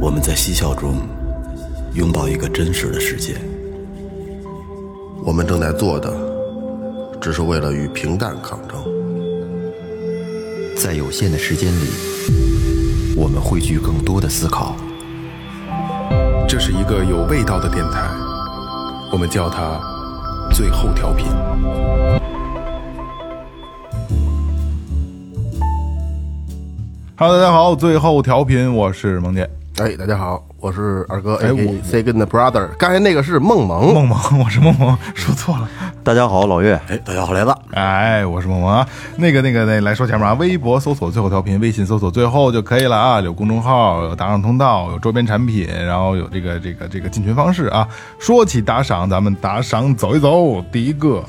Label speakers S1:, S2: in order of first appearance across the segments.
S1: 我们在嬉笑中拥抱一个真实的世界。
S2: 我们正在做的，只是为了与平淡抗争。
S3: 在有限的时间里，我们汇聚更多的思考。
S4: 这是一个有味道的电台，我们叫它“最后调频
S5: 哈喽，大家好，最后调频，我是萌姐，
S2: 哎，大家好，我是二哥，
S5: 哎我
S2: Second Brother。刚才那个是梦萌，
S5: 梦萌， 我是梦萌，说错了，
S3: 大家好，老岳，
S1: 哎，大家好，来吧，
S5: 哎，我是梦萌啊，那个那个那来说前面啊，微博搜索最后调频，微信搜索最后就可以了啊，有公众号，有打赏通道，有周边产品，然后有这个这个这个进群方式啊。说起打赏，咱们打赏走一走，第一个。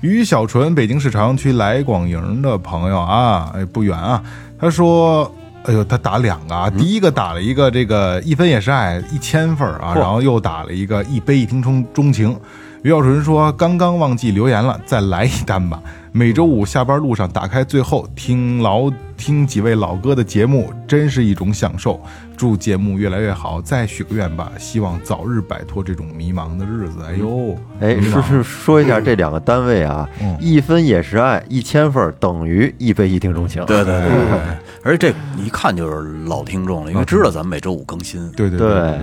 S5: 于小纯，北京市朝阳区来广营的朋友啊，哎，不远啊。他说：“哎呦，他打两个
S3: 嗯
S5: 啊，第一个打了一个这个一分也是爱一千份儿啊，然后又打了一个一杯一听钟钟情。”于小纯说：“刚刚忘记留言了，再来一单吧。每周五下班路上打开最后听老听几位老哥的节目，真是一种享受。祝节目越来越好，再许个愿吧，希望早日摆脱这种迷茫的日子。哎呦，
S3: 哎，
S5: 迷茫
S3: 是是，说一下这两个单位啊，一分也是爱，一千份儿等于一杯一听钟情。
S1: 对对对对对，而且这一看就是老听众了，因为知道咱们每周五更新。
S5: 对对对。”
S3: 对，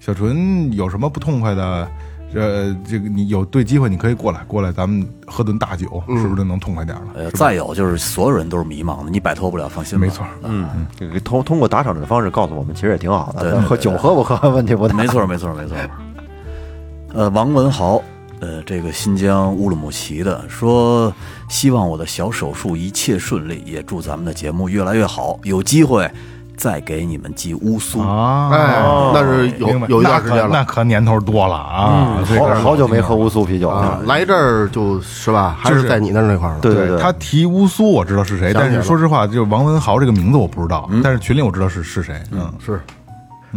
S5: 小纯有什么不痛快的？呃，这个你有对机会，你可以过来，过来，咱们喝顿大酒，
S2: 嗯
S5: 是不是就能痛快点了？
S2: 哎
S1: 呃，再有就是所有人都是迷茫的，你摆脱不了，放心吧。
S5: 没错，
S3: 嗯，这个通通过打赏这个方式告诉我们，其实也挺好
S1: 对
S3: 的。
S1: 对对
S3: 喝酒喝不喝问题不大。
S1: 没错，没错，没错。呃，王文豪，呃，这个新疆乌鲁木齐的说，希望我的小手术一切顺利，也祝咱们的节目越来越好，有机会再给你们寄乌苏。
S5: 啊，
S2: 哎，那是有
S5: 明白
S2: 有一段时间
S5: 那可那
S2: 了嗯
S5: 可年头多了啊，这
S3: 好
S5: 个是
S3: 好久没
S5: 老
S3: 喝
S5: 经
S3: 乌苏啤酒
S2: 啊
S3: 了。，
S2: 来这儿就是吧，还
S5: 就是
S2: 是在你那儿那块儿了。
S3: 对
S5: 对
S3: 对，
S5: 他提乌苏我知道是谁，
S2: 想起来
S5: 但
S2: 了嗯
S5: 是说实话，就是王文豪这个名字我不知道，但是群里我知道是是谁。嗯，
S2: 是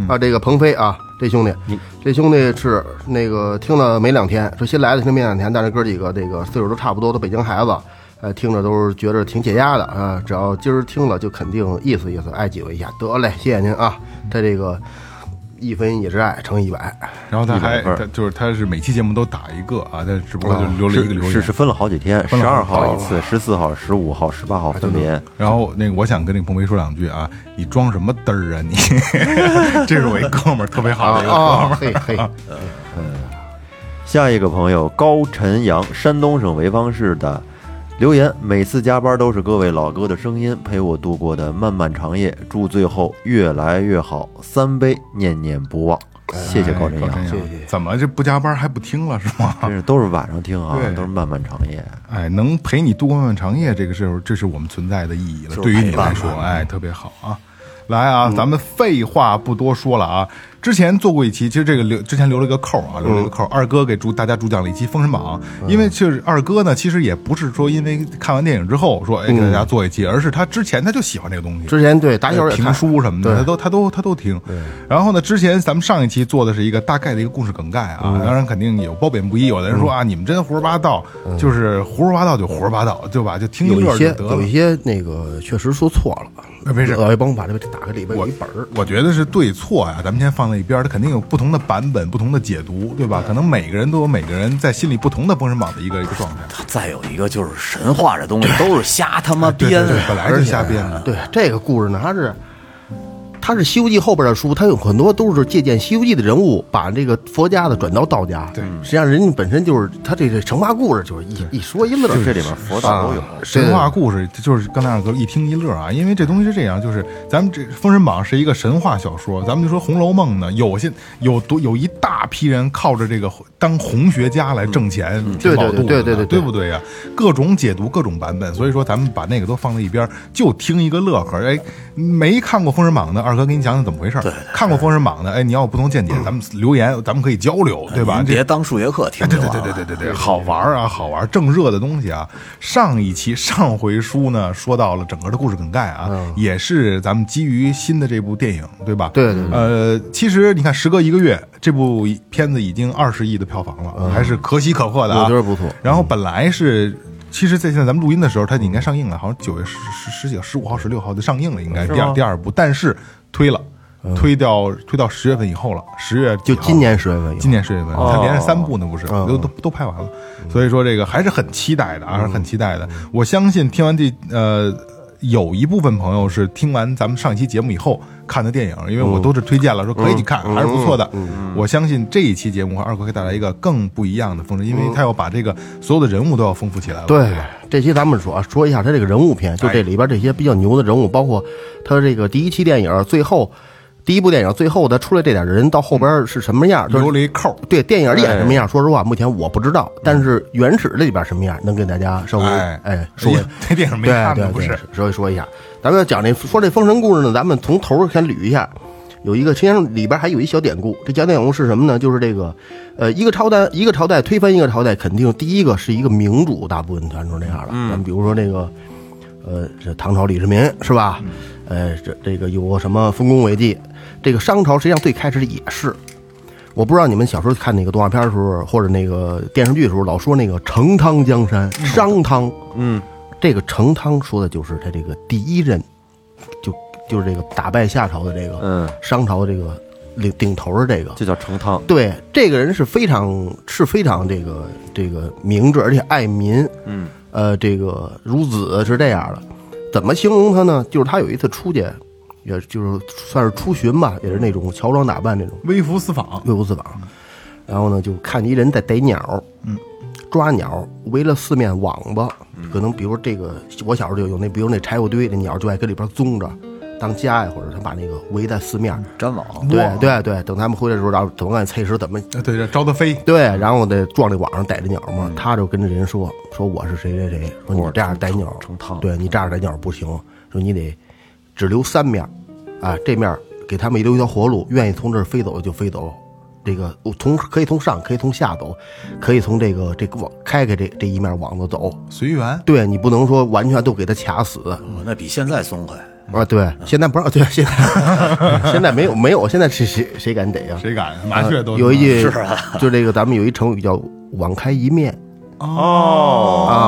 S2: 啊，这个鹏飞啊，这兄弟，这兄弟是那个听了没两天，说新来的听没两天，但是哥几个这个岁数都差不多，都北京孩子，呃，听着都是觉着挺解压的啊。只要今儿听了，就肯定意思意思，爱几位一下。得嘞，谢谢您啊，
S5: 嗯
S2: 他这个一分也是爱乘以一百，
S5: 然后他还
S3: 一百份儿
S5: 他就是他是每期节目都打一个啊，但只不过就留了一个留
S3: 是
S2: 哦
S5: 言。
S3: 是是分了好几天，十
S5: 分了好
S3: 二号一次，十四号、十五号、十八号分别。
S5: 然后那个我想跟那个鹏飞说两句啊，你装什么嘚儿啊你？ 这是我一哥们儿，特别好的一个哥们儿。
S2: 啊，嘿嘿，
S3: 下一个朋友高晨阳，山东省潍坊市的留言：每次加班都是各位老哥的声音陪我度过的漫漫长夜，祝最后越来越好，三杯念念不忘。
S2: 哎
S3: 谢谢高晨阳，
S5: 哎阳，怎么这不加班还不听了是吗？
S3: 真是都是晚上听啊
S5: 对，
S3: 都是漫漫长夜。
S5: 哎，能陪你度过漫漫长夜，这个时候，这是我们存在的意义
S1: 就
S5: 了。
S1: 是
S5: 对于你
S1: 陪伴
S5: 来
S1: 嘛
S5: 说，哎，特别好啊。来啊，咱们废话不多说了啊。之前做过一期，其实这个留之前留了一个扣啊，留了一个扣。二哥给主大家主讲了一期《封神榜》，因为就是二哥呢，其实也不是说因为看完电影之后说哎给大家做一期，而是他之前他就喜欢这个东西，
S2: 之前对打小也
S5: 哎评
S2: 看
S5: 书什么的，
S2: 对
S5: 他都他都他都听。然后呢，之前咱们上一期做的是一个大概的一个故事梗概
S2: 嗯
S5: 啊，当然肯定有褒贬不一。有的人说啊，你们真胡说八道，就是胡说八道就胡说八道，对吧？就听一
S2: 嗯有
S5: 乐
S2: 一
S5: 儿就
S2: 些呃
S5: 得
S2: 有
S5: 了
S2: 一。些那个确实说错了，
S5: 哎没事
S2: 老岳帮我把这个打开，里边有一本儿。
S5: 我觉得是对错呀，咱们先放在一边儿，它肯定有不同的版本、不同的解读，对
S2: 嗯
S5: 吧？可能每个人都有每个人在心里不同的《封神榜》的一个一个状态。
S1: 再有一个就是神话这东西都是瞎他妈
S5: 对对
S1: 编
S5: 对，本
S1: 的，
S5: 来就瞎编的。
S2: 哎对这个故事呢，它是它是《西游记》后边的书，它有很多都是借鉴《西游记》的人物，把这个佛家的转到道家。对，实际上人家本身就是它这这神话故事，就是一一说一乐。
S3: 这里面佛
S2: 啊
S3: 道都有。
S5: 神话故事，就是刚才二哥一听一乐啊，因为这东西是这样，就是咱们这《封神榜》是一个神话小说，咱们就说《红楼梦》呢，有些有多有一大批人靠着这个当红学家来挣钱，填饱肚子的
S2: 嗯对对对对对对
S5: 对不对呀、各种解读，各种版本，所以说咱们把那个都放在一边，就听一个乐呵。哎，没看过《封神榜》的，二哥给你讲讲怎么回事儿；看过《封神榜》的，哎，你要有不同见解，咱们留言，咱们可以交流，对吧？
S2: 嗯
S1: 您
S5: 这
S1: 别当数学课听就
S5: 对
S1: 完
S5: 对
S1: 了。
S5: 对对对对对，好玩儿啊，好玩儿，正热的东西啊。上一期上回书呢，说到了整个的故事梗概啊，也是咱们基于新的这部电影，对吧？
S2: 对对对
S5: 呃，其实你看，时隔一个月，这部片子已经二十亿的票房了，还是可喜可贺的啊，
S2: 我觉得不错
S5: 然后本来是。其实，在现在咱们录音的时候，它应该上映了，好像九月十十十几、十五号、十六号就上映了，应该第二第二部，但是推了，推掉推到十月份以后了，十月
S2: 就
S5: 几号
S2: 今年十月份有，
S5: 今年十月份，
S3: 哦
S5: 他连着三部呢，不是
S2: 哦
S5: 都都都拍完了，
S2: 嗯
S5: 所以说这个还是很期待的啊，还是很期待的。我相信听完这呃，有一部分朋友是听完咱们上一期节目以后看的电影，因为我都是推荐了，说可以你看，
S2: 嗯
S5: 还是不错的。我相信这一期节目二哥给带来一个更不一样的风格，因为他要把这个所有的人物都要丰富起来了。
S2: 对，这期咱们说啊说一下他这个人物篇，就
S5: 哎
S2: 这里边这些比较牛的人物，包括他这个第一期电影最后第一部电影最后他出来这点人到后边是什么样，就是
S5: 琉璃扣，
S2: 对电影
S5: 哎
S2: 演什么样，说实话目前我不知道，但是原始这里边什么样，能给大家稍微
S5: 哎
S2: 哎说一下。
S5: 这电影没
S2: 对
S5: 看
S2: 对
S5: 呢，
S2: 对，
S5: 不是？
S2: 稍微说一下，咱们要讲这说这封神故事呢，咱们从头儿先捋一下。有一个，实际上里边还有一小典故。这小典故是什么呢？就是这个，呃，一个朝代一个朝代推翻一个朝代，肯定第一个是一个明主，大部分传出这样的。
S5: 嗯
S2: 咱们比如说这个，呃，这唐朝李世民是吧？
S5: 嗯
S2: 呃，这这个有过什么丰功伟绩？这个商朝实际上最开始也是，我不知道你们小时候看那个动画片的时候，或者那个电视剧的时候，老说那个成汤江山、商汤。
S3: 嗯，
S2: 这个成汤说的就是他这个第一任，就就是这个打败夏朝的这个
S3: 嗯，
S2: 商朝的这个领顶头的这个。
S3: 就叫成汤，
S2: 对，这个人是非常是非常这个这个明智，而且爱民。
S3: 嗯，
S2: 呃，这个孺子是这样的，怎么形容他呢？就是他有一次出去，也就是算是出巡吧，也是那种乔装打扮那种。
S5: 微服私访，啊
S2: 微服私访，然后呢就看见一人在逮鸟，
S5: 嗯，
S2: 抓鸟围了四面网吧，可能比如这个我小时候就有那，比如那柴火堆，那鸟就爱搁里边钻着当家呀，或者他把那个围在四面，
S1: 粘网，
S2: 对
S5: 哇
S2: 对对，等他们回来的时候，然后总按测试怎么
S5: 呃对，这招德飞，
S2: 对，然后得撞这网上逮着鸟嘛，他就跟这人说说我是谁谁谁，说你这样逮鸟
S3: 成汤
S2: 对你这样逮鸟不行，说你得只留三面，啊，这面给他们留一条活路，愿意从这儿飞走就飞走，这个我从可以从上，可以从下走，可以从这个这个网开开这这一面网子走，
S5: 随缘。
S2: 对你不能说完全都给他卡死，
S1: 哦那比现在松快。
S2: 啊，对，现在不让，对， 现在现在没有没有，现在谁谁谁敢逮呀、啊
S5: 谁敢？麻雀都
S2: 呃有一句
S1: 是啊
S2: 就这个咱们有一成语叫“网开一面”。
S3: 哦
S2: 啊，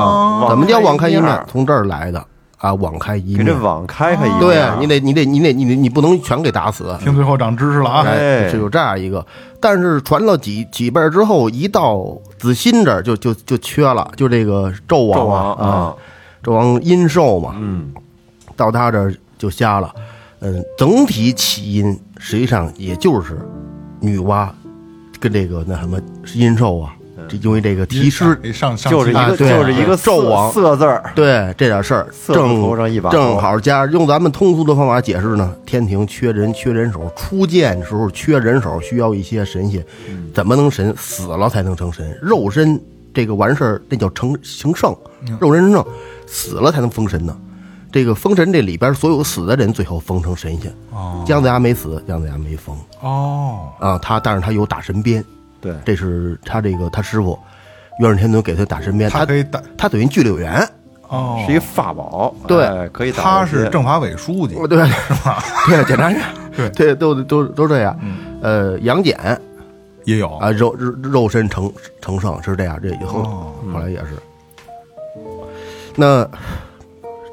S3: 网
S2: 怎么叫网开一
S3: 面
S2: 面？？从这儿来的啊，网开一
S3: 给
S2: 面
S3: 这。网啊开开一面，
S2: 对你得你得你得你得你不能全给打死，
S5: 听最后长知识了啊！
S3: 哎
S2: 是有这样一个。但是传到几几辈儿之后，一到子欣这儿就就就缺了，就这个纣
S3: 纣
S2: 王
S3: 王
S2: 啊啊，纣王殷寿嘛，
S3: 嗯，
S2: 到他这儿就瞎了。嗯，整体起因实际上也就是女娲跟这个那什么殷寿啊，
S3: 嗯
S2: 这因为这个题诗
S5: 上上
S3: 就是一
S2: 啊
S3: 个
S2: 对
S3: 就是一个色
S2: 纣王
S3: 色字儿，
S2: 对这点事儿，
S3: 色字头
S2: 正
S3: 上一把火
S2: 正好加用咱们通俗的方法解释呢，天庭缺人，缺人手，初建时候缺人手，需要一些神仙，
S5: 嗯
S2: 怎么能神？死了才能成神，肉身这个完事儿，那叫成成圣，
S5: 嗯
S2: 肉身成圣，死了才能封神呢。这个封神这里边所有死的人，最后封成神仙。
S5: 哦
S2: 姜子牙没死，姜子牙没封
S5: 哦，
S2: 啊，他但是他有打神鞭，
S3: 对，
S2: 这是他这个他师傅元始天尊给他打神鞭，
S5: 他
S2: 他
S5: 可以打
S2: 他等于聚柳园。
S5: 哦，
S3: 是一个法宝，
S2: 对
S3: 哎可以打。
S5: 他是政法委书记
S2: 哦，对，是吧？ 对，检察院，
S5: 对
S2: 对，都都都这样。呃，杨戬
S5: 也有
S2: 啊，肉肉肉身成成圣是这样，这以后、
S5: 哦
S2: 后来也是。那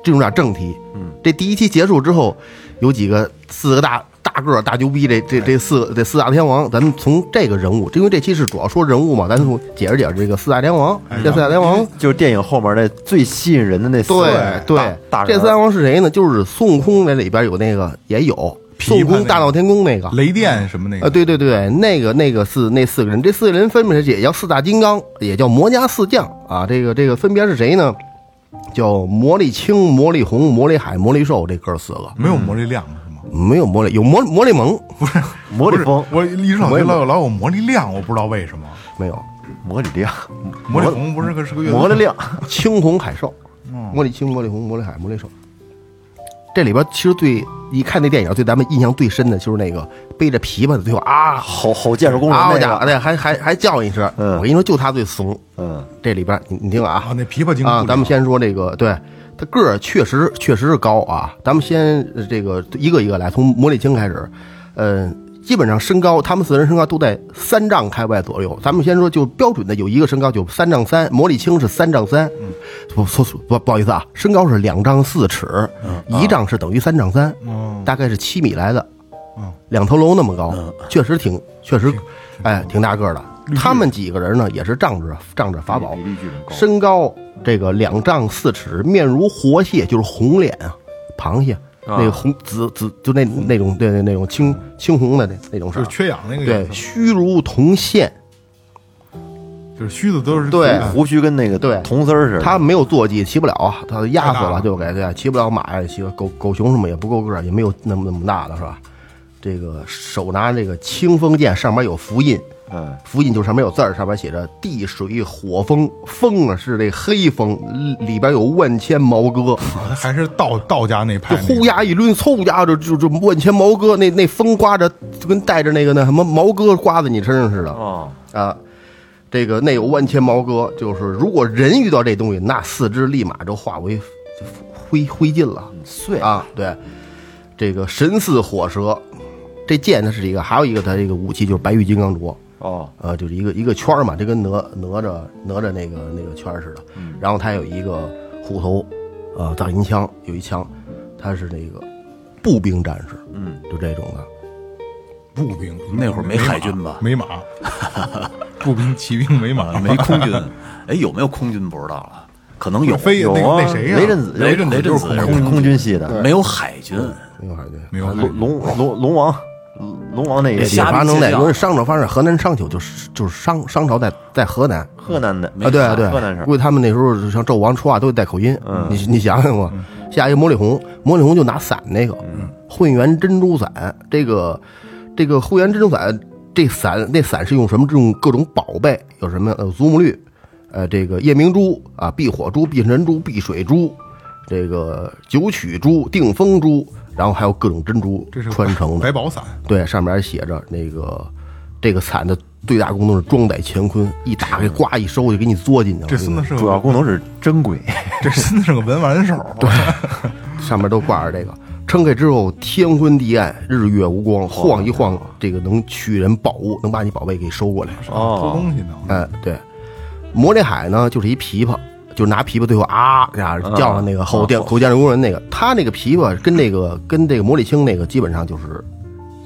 S2: 这种点正题，
S3: 嗯，
S2: 这第一期结束之后，有几个四个大大个儿大牛逼，这这这四个这四大天王，咱们从这个人物，因为这期是主要说人物嘛，咱从解释解释这个四大天王，这四大天王。
S3: 就是电影后面那最吸引人的那四位
S2: 对对
S3: 大大，
S2: 这
S3: 人
S2: 四大王是谁呢？就是孙悟空那里边有那个也有孙悟
S5: 琵琶那
S2: 空
S5: 个
S2: 大闹天宫那个，
S5: 雷电什么那
S2: 啊，
S5: 个，
S2: 对对对，那个那个四那四个人，这四个人分别是也叫四大金刚，也叫魔家四将啊。这个这个分别是谁呢？叫魔力青、魔力红、魔力海、魔力兽，这哥四个
S5: 没有魔力量是吗？
S2: 没有魔力，有魔魔力盟
S3: 嗯魔
S5: 不
S3: 力
S5: 是
S3: 风，
S5: 我一直老觉得老有老有魔力量，我不知道为什么。
S2: 没有？
S3: 魔力量，
S5: 魔力红不是个是个乐队
S3: 魔力量，
S2: 青红海兽，魔力青、魔力红、魔力海、魔力兽。这里边其实最一看那电影，对咱们印象最深的就是那个背着琵琶的，对吧？啊，
S3: 吼吼剑术工人
S2: 好
S3: 那
S2: 家伙，
S3: 个，
S2: 那啊还还还叫一声，
S3: 嗯
S2: 我跟你说，就他最怂。
S3: 嗯，
S2: 这里边你你听啊
S5: 啊，，那琵琶精
S2: 啊，咱们先说这个，对他个儿确实确实是高啊。咱们先呃这个一个一个来，从魔力青开始，呃，基本上身高，他们四人身高都在三丈开外左右。咱们先说就标准的，有一个身高就三丈三，魔力青是三丈三，不不不不好意思啊，嗯啊
S5: 嗯
S2: 身高是两丈四尺，一丈是等于三丈三，大概是七米来的。两头楼那么高，确实挺确实，哎，挺大个儿的。他们几个人呢，也是仗着仗着法宝
S3: 比，例巨人高，
S2: 身高这个两丈四尺，面如活蟹，就是红脸啊，螃蟹
S3: 啊
S2: 那个红紫紫，就那那种对对那种青青红的那那种
S5: 就
S2: 色
S5: 是，
S2: 儿
S5: 缺氧那个
S2: 对
S5: 颜，色，
S2: 虚如铜线，
S5: 就是须的都是
S2: 对
S5: 虚的
S3: 胡须跟那个
S2: 对
S3: 铜丝儿似的。
S2: 他没有坐骑，骑不了啊，他压
S5: 太
S2: 死
S5: 大
S2: 了
S5: 了
S2: 就给对，骑不了马呀，骑个狗狗熊什么也不够个儿，也没有那么那么大的是吧？这个手拿这个清风剑，上面有符印，
S5: 嗯
S3: 哎，
S2: 符印就是上面有字儿，上面写着地水火风，风啊是这黑风，里边有万千毛 哥，
S5: 啊还是道道家那派
S2: 就
S5: 那个，
S2: 呼呀一抡，嗖呀就就就万千毛哥，那那风刮着就跟带着那个那什么毛哥刮在你身上似的
S3: 哦，
S2: 啊。这个内有万千毛哥，就是如果人遇到这东西，那四肢立马就化为灰灰烬了
S3: 碎
S2: 啊！对，这个神似火蛇，这剑它是一个，还有一个它这个武器就是白玉金刚镯，
S3: 哦，
S2: 呃，就是一个一个圈儿嘛，这跟哪哪吒哪吒那个那个圈儿似的。然后它有一个虎头，呃，大银枪有一枪，它是那个步兵战士，
S3: 嗯，
S2: 就这种的。
S5: 步兵
S1: 那会儿没
S5: 马
S1: 海军吧
S5: 没 马，步兵、骑兵没马
S1: 啊，，没空军， 哎，有没有空军不知道了，可能有，
S5: 飞
S3: 有
S5: 那
S3: 啊
S5: 那谁呀？
S3: 雷震子
S5: 雷震子
S1: 雷震
S5: 就是
S1: 子
S5: 空
S1: 是
S5: 空
S1: 吧
S3: 空空军系的，
S1: 没有海军，
S2: 没有海军，
S5: 没有海军
S3: 龙龙龙龙王，龙王那一
S2: 也
S1: 瞎
S3: 系，
S2: 发生
S1: 瞎逼介
S2: 在
S1: 绍
S2: 因为商朝发生在河南商丘，就是就是商商朝在在河南
S3: 河南的，
S1: 没
S2: 啊，对啊对
S3: 河南嗯省
S2: 啊，估计他们那时候像纣王啊说话都得带口音，你你想想吧。下一个魔力红，魔力红就拿伞那个，
S3: 嗯
S2: 混元珍珠伞，这个这个混元珍珠伞，这伞那伞是用什么？这种各种宝贝，有什么呃祖母绿，呃这个夜明珠啊，避火珠、避神珠、避水珠，这个九曲珠、定风珠，然后还有各种珍珠
S5: 这是
S2: 穿成的
S5: 百，宝伞，
S2: 对，上面写着那个这个伞的最大功能是装载乾坤，一打开呱一收就给你嘬进去了。
S5: 这孙子是
S3: 主要
S5: 个
S3: 功能是珍贵，
S5: 这孙子是个文玩手，啊对，
S2: 上面都挂着这个，撑开之后天昏地暗，日月无光，晃一晃，这个能取人宝物，能把你宝贝给收过来。
S5: 偷东西呢。
S2: 哎，对，魔力海呢就是一琵琶，就拿琵琶最后啊这样叫上那个后殿口建筑工人那个，他那个琵琶跟那个跟这个魔力青那个基本上就是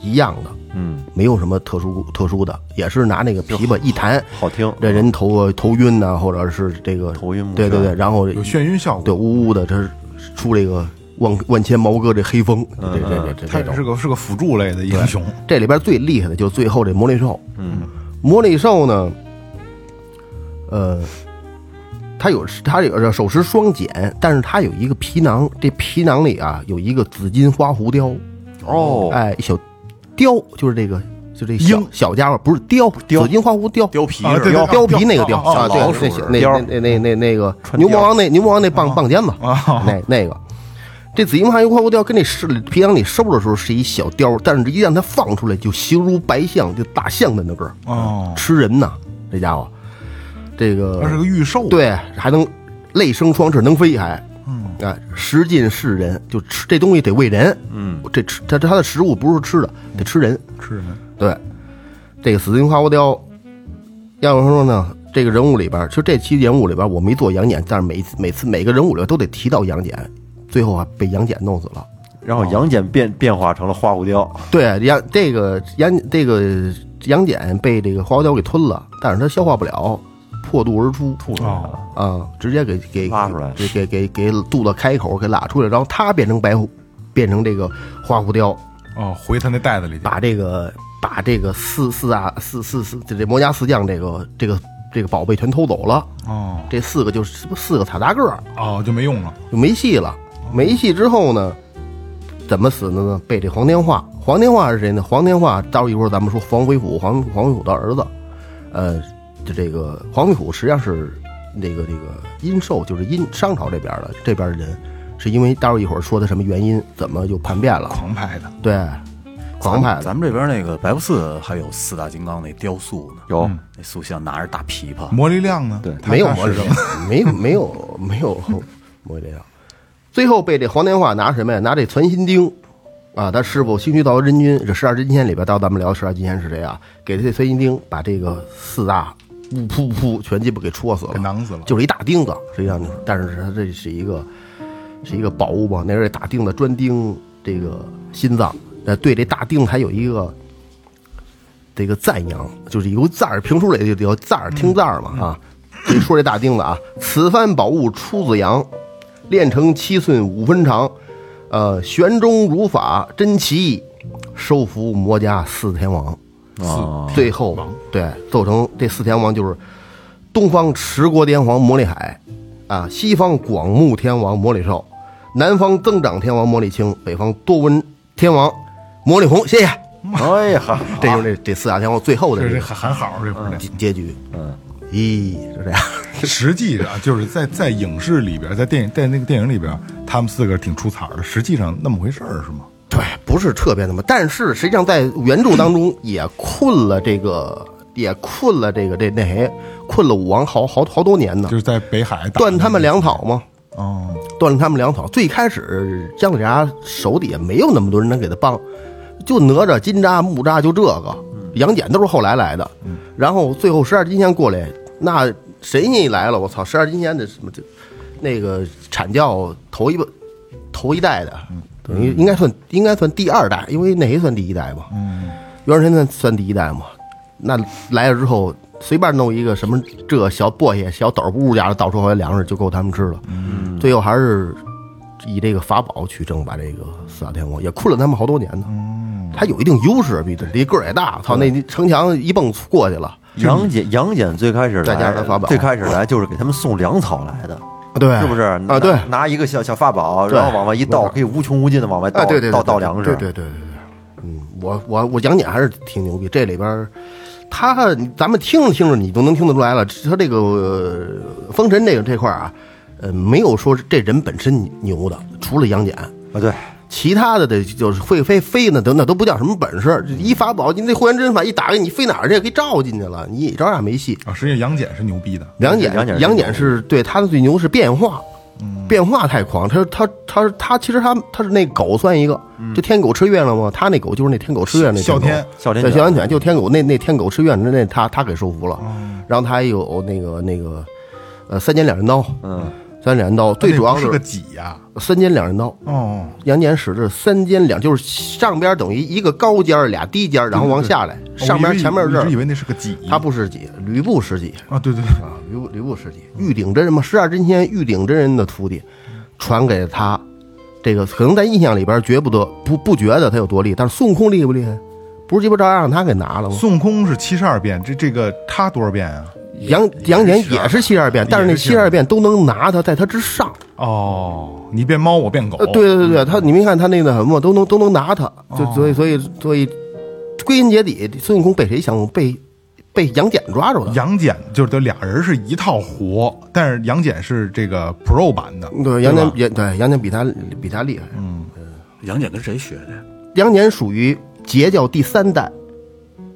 S2: 一样的，
S3: 嗯，
S2: 没有什么特殊特殊的，也是拿那个琵琶一弹。
S3: 好听，
S2: 这人头啊头晕呐、或者是这个
S3: 头晕目眩
S2: 对对对，然后
S5: 有眩晕效
S2: 对
S5: 果，
S2: 呜呜的，这出这个万万千毛哥这黑风，这这这这
S5: 他
S2: 这种
S5: 是。个是个辅助类的英雄，
S2: 这里边最厉害的就是最后这魔力兽，嗯，魔力兽呢，呃，它有它有手持双锏，但是它有一个皮囊，这皮囊里啊有一个紫金花狐雕，
S3: 哦，
S2: 哎，小雕就是这个就这小
S5: 鹰
S2: 小家伙，不是雕，紫金花狐雕，
S1: 貂皮
S5: 啊
S1: 是
S5: 对
S1: 吧
S5: 对
S2: 貂皮那个貂
S5: 哦哦哦
S2: 啊，对
S1: 老鼠似的
S2: 那那那那那那个牛魔王那牛魔王那棒棒尖子，
S5: 啊
S2: 那那个。这紫金花一块雕跟这是皮囊里收的时候是一小雕，但是一让它放出来就形如白象，就大象的那个儿
S5: 哦，
S2: 吃人呐，这家伙，这个
S5: 他是个御兽，，
S2: 对，还能类生双翅，能飞还。嗯，啊，食尽是人，就吃这东西得喂人。嗯，这吃它它的食物不是吃的，得吃人。
S5: 吃人，
S2: 对，这个死金花狐雕，要不说呢，这个人物里边儿，就这期人物里边儿，我没做杨戬，但是每次每次每个人物里边都得提到杨戬，最后啊被杨戬弄死了。
S3: 然
S5: 哦
S3: 后杨戬变变化成了花狐雕，
S2: 对，杨这个杨这个杨戬被这个花狐雕给吞了，但是他消化不了，破肚而出，吐
S5: 哦，
S2: 啊，直接给给
S3: 拉出来
S2: 给给给给肚子开口给拉出来，然后他变成白虎，变成这个花狐雕，
S5: 哦，回他那袋子里去，
S2: 把这个把这个四四大四四四这这魔家四将这个这个这个宝贝全偷走了，
S5: 哦
S2: 这四个就是四个踩大个儿
S5: 哦就没用了，
S2: 就没戏了，没戏之后呢，怎么死的呢？被这黄天化，黄天化是谁呢？黄天化到时候一会儿咱们说黄飞虎，黄黄飞虎的儿子，呃，就这个黄飞虎实际上是那个这个殷寿，就是殷商朝这边的这边的人，是因为待会儿一会儿说他什么原因，怎么就叛变了？
S5: 狂派的，
S2: 对，狂派的。
S1: 咱们这边那个白布寺还有四大金刚那雕塑呢，
S3: 有
S5: 嗯
S1: 那塑像拿着大琵琶，
S5: 魔力量呢？
S3: 对
S5: 他
S2: 没有
S5: 他
S2: 魔
S5: 是
S2: 力
S5: 什么，
S2: 没有没有没有魔力量。最后被这黄天化拿什么呀？拿这传心钉啊，他师傅星虚道真君，这十二金仙里边，到咱们聊十二金仙是谁啊？给他这传心钉，把这个四大噗噗噗全鸡巴给戳死了
S5: 给，囊死了，
S2: 就是一大钉子，实际上就是，但是它这是一个是一个宝物嘛，那是大钉子专钉这个心脏，呃，对这大定还有一个这个赞扬，就是有赞儿，评书里就有赞儿，听赞儿嘛啊。这说这大定的啊，此番宝物出自阳，炼成七寸五分长，呃，玄中如法真奇异，收服魔家四天王。
S3: 啊，
S2: 最后对奏成这四天王就是东方持国天王魔力海，啊，西方广目天王魔力寿，南方增长天王魔力青，北方多闻天王魔力红。谢谢，
S3: 哎 呀，
S2: 这就是这这四大天王最后的
S5: 这
S2: 这
S5: 是
S2: 个
S5: 喊喊好，这不是
S2: 结结局。
S3: 嗯，
S2: 咦，就这样。
S5: 实际上啊就是在在影视里边，在电影在那个电影里边，他们四个挺出彩儿的，实际上那么回事儿是吗？
S2: 对，不是特别那么，但是实际上在原著当中也困了这个，也困了这个这那谁，困了武王好好好多年呢
S5: 就，是在北海打
S2: 断他们粮草嘛。
S5: 哦，
S2: 断了他们粮草。最开始姜子牙手底下没有那么多人能给他帮，就哪吒、金吒、木吒就这个，杨戬都是后来来的。然后最后十二金仙过来，那谁一来了？我操，十二金仙的什么这那个阐教头一个头一代的，等于应该算应该算第二代，因为那谁算第一代嘛？
S5: 嗯，
S2: 袁世算算第一代嘛？那来了之后，随便弄一个什么这小簸箕、小斗不家的，到处回粮食就够他们吃了。嗯，最后还是以这个法宝取证，把这个四大天王也困了他们好多年呢。嗯，他有一定优势，比这这个儿也大，操，那城墙一蹦过去了。
S3: 杨戬杨戬最开始
S2: 再加
S3: 来
S2: 上他法宝
S3: 最开始来就是给他们送粮草来的，
S5: 哎
S2: 对
S3: 是不是？
S2: 啊，
S3: 拿
S2: 对，
S3: 拿一个小小法宝，
S2: 对
S3: 然后往外一倒，
S2: 没错
S3: 可以无穷无尽的往外倒
S2: 啊，对对对
S3: 倒
S2: 对
S3: 倒粮食。
S2: 对对对对对，嗯，我我我杨戬还是挺牛逼，这里边儿他咱们听着听着你都能听得出来了，他这个、呃封神这个这块儿啊，呃，没有说这人本身牛的，除了杨戬。
S3: 啊，对，
S2: 其他的得就是会飞飞呢，等等都不叫什么本事，一法宝，你那护元真法一打开，你飞哪儿去？给照进去了，你照样没戏。
S5: 啊，实际上杨戬是牛逼的，
S2: 杨戬，
S3: 杨戬是
S2: 杨戬是对他的最牛是变化，变化太狂。他他他他其实他他是那狗算一个，就天狗吃月亮嘛，他那狗就是那天狗吃月亮那
S5: 哮
S2: 狗
S5: 天，
S3: 哮天
S2: 对，
S3: 犬
S2: 哮天犬就天狗那那天狗吃月亮那那他他给收服了，然后他还有那个那个呃三尖两刃刀，
S3: 嗯，
S2: 三尖两刃刀最主要
S5: 那不
S2: 啊就
S5: 个
S2: 是
S5: 戟呀，
S2: 三尖两刃刀。
S5: 哦，
S2: 杨戬使的是三尖两，就是上边等于一个高尖儿俩低尖儿，然后往下来，上边前面
S5: 我
S2: 这
S5: 一直以
S2: 儿，
S5: 为那是个戟，
S2: 他不识己，吕布识己，
S5: 啊，对对对，
S2: 啊，吕布吕布师弟，玉鼎真人嘛，十二真仙玉鼎真人的徒弟，传给了他。这个可能在印象里边觉不得不不觉得他有多厉害，但是孙悟空厉不厉害？不是鸡巴照样让他给拿了吗？
S5: 孙悟空是七十二变，这这个他多少变啊？
S2: 杨杨戬也是七十二变，但是那七十二变都能拿他在他之上。
S5: 哦，你变猫，我变狗
S2: 呃，，对对对，他你没看他那个什么都能都能拿他，就所以所以所以归根结底，孙悟空被谁降服？被被杨戬抓住的。
S5: 杨戬就是这俩人是一套活，但是杨戬是这个 Pro 版的，
S2: 对杨戬
S5: 吧
S2: 也对杨戬比他比他厉害。
S1: 杨戬跟谁学的呀？
S2: 杨戬属于截教第三代，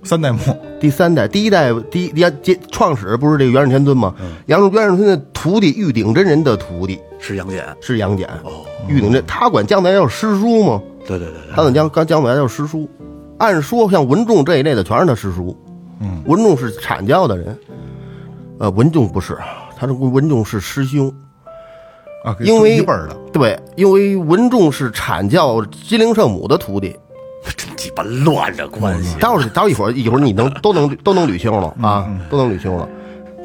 S5: 三代目，
S2: 第三代，第一代第一杨接创始不是这个元始天尊吗？杨元始天尊的徒弟玉鼎真人的徒弟
S1: 是杨戬。
S2: 是杨戬，
S1: 哦，
S2: 玉鼎真他管姜子牙叫师叔吗？
S1: 对对对对，
S2: 他管姜姜姜子牙叫师叔。按说像文仲这一类的全是他师叔，
S5: 嗯，
S2: 文仲是阐教的人，呃，文仲不是，他是文仲是师兄，
S5: 啊，
S2: 因为
S5: 一辈儿的，
S2: 对，因为文仲是阐教金陵圣母的徒弟，
S1: 真鸡巴乱这关系。
S2: 待会儿待会儿一会儿一会儿你能都能都能捋清了啊，都能捋清了。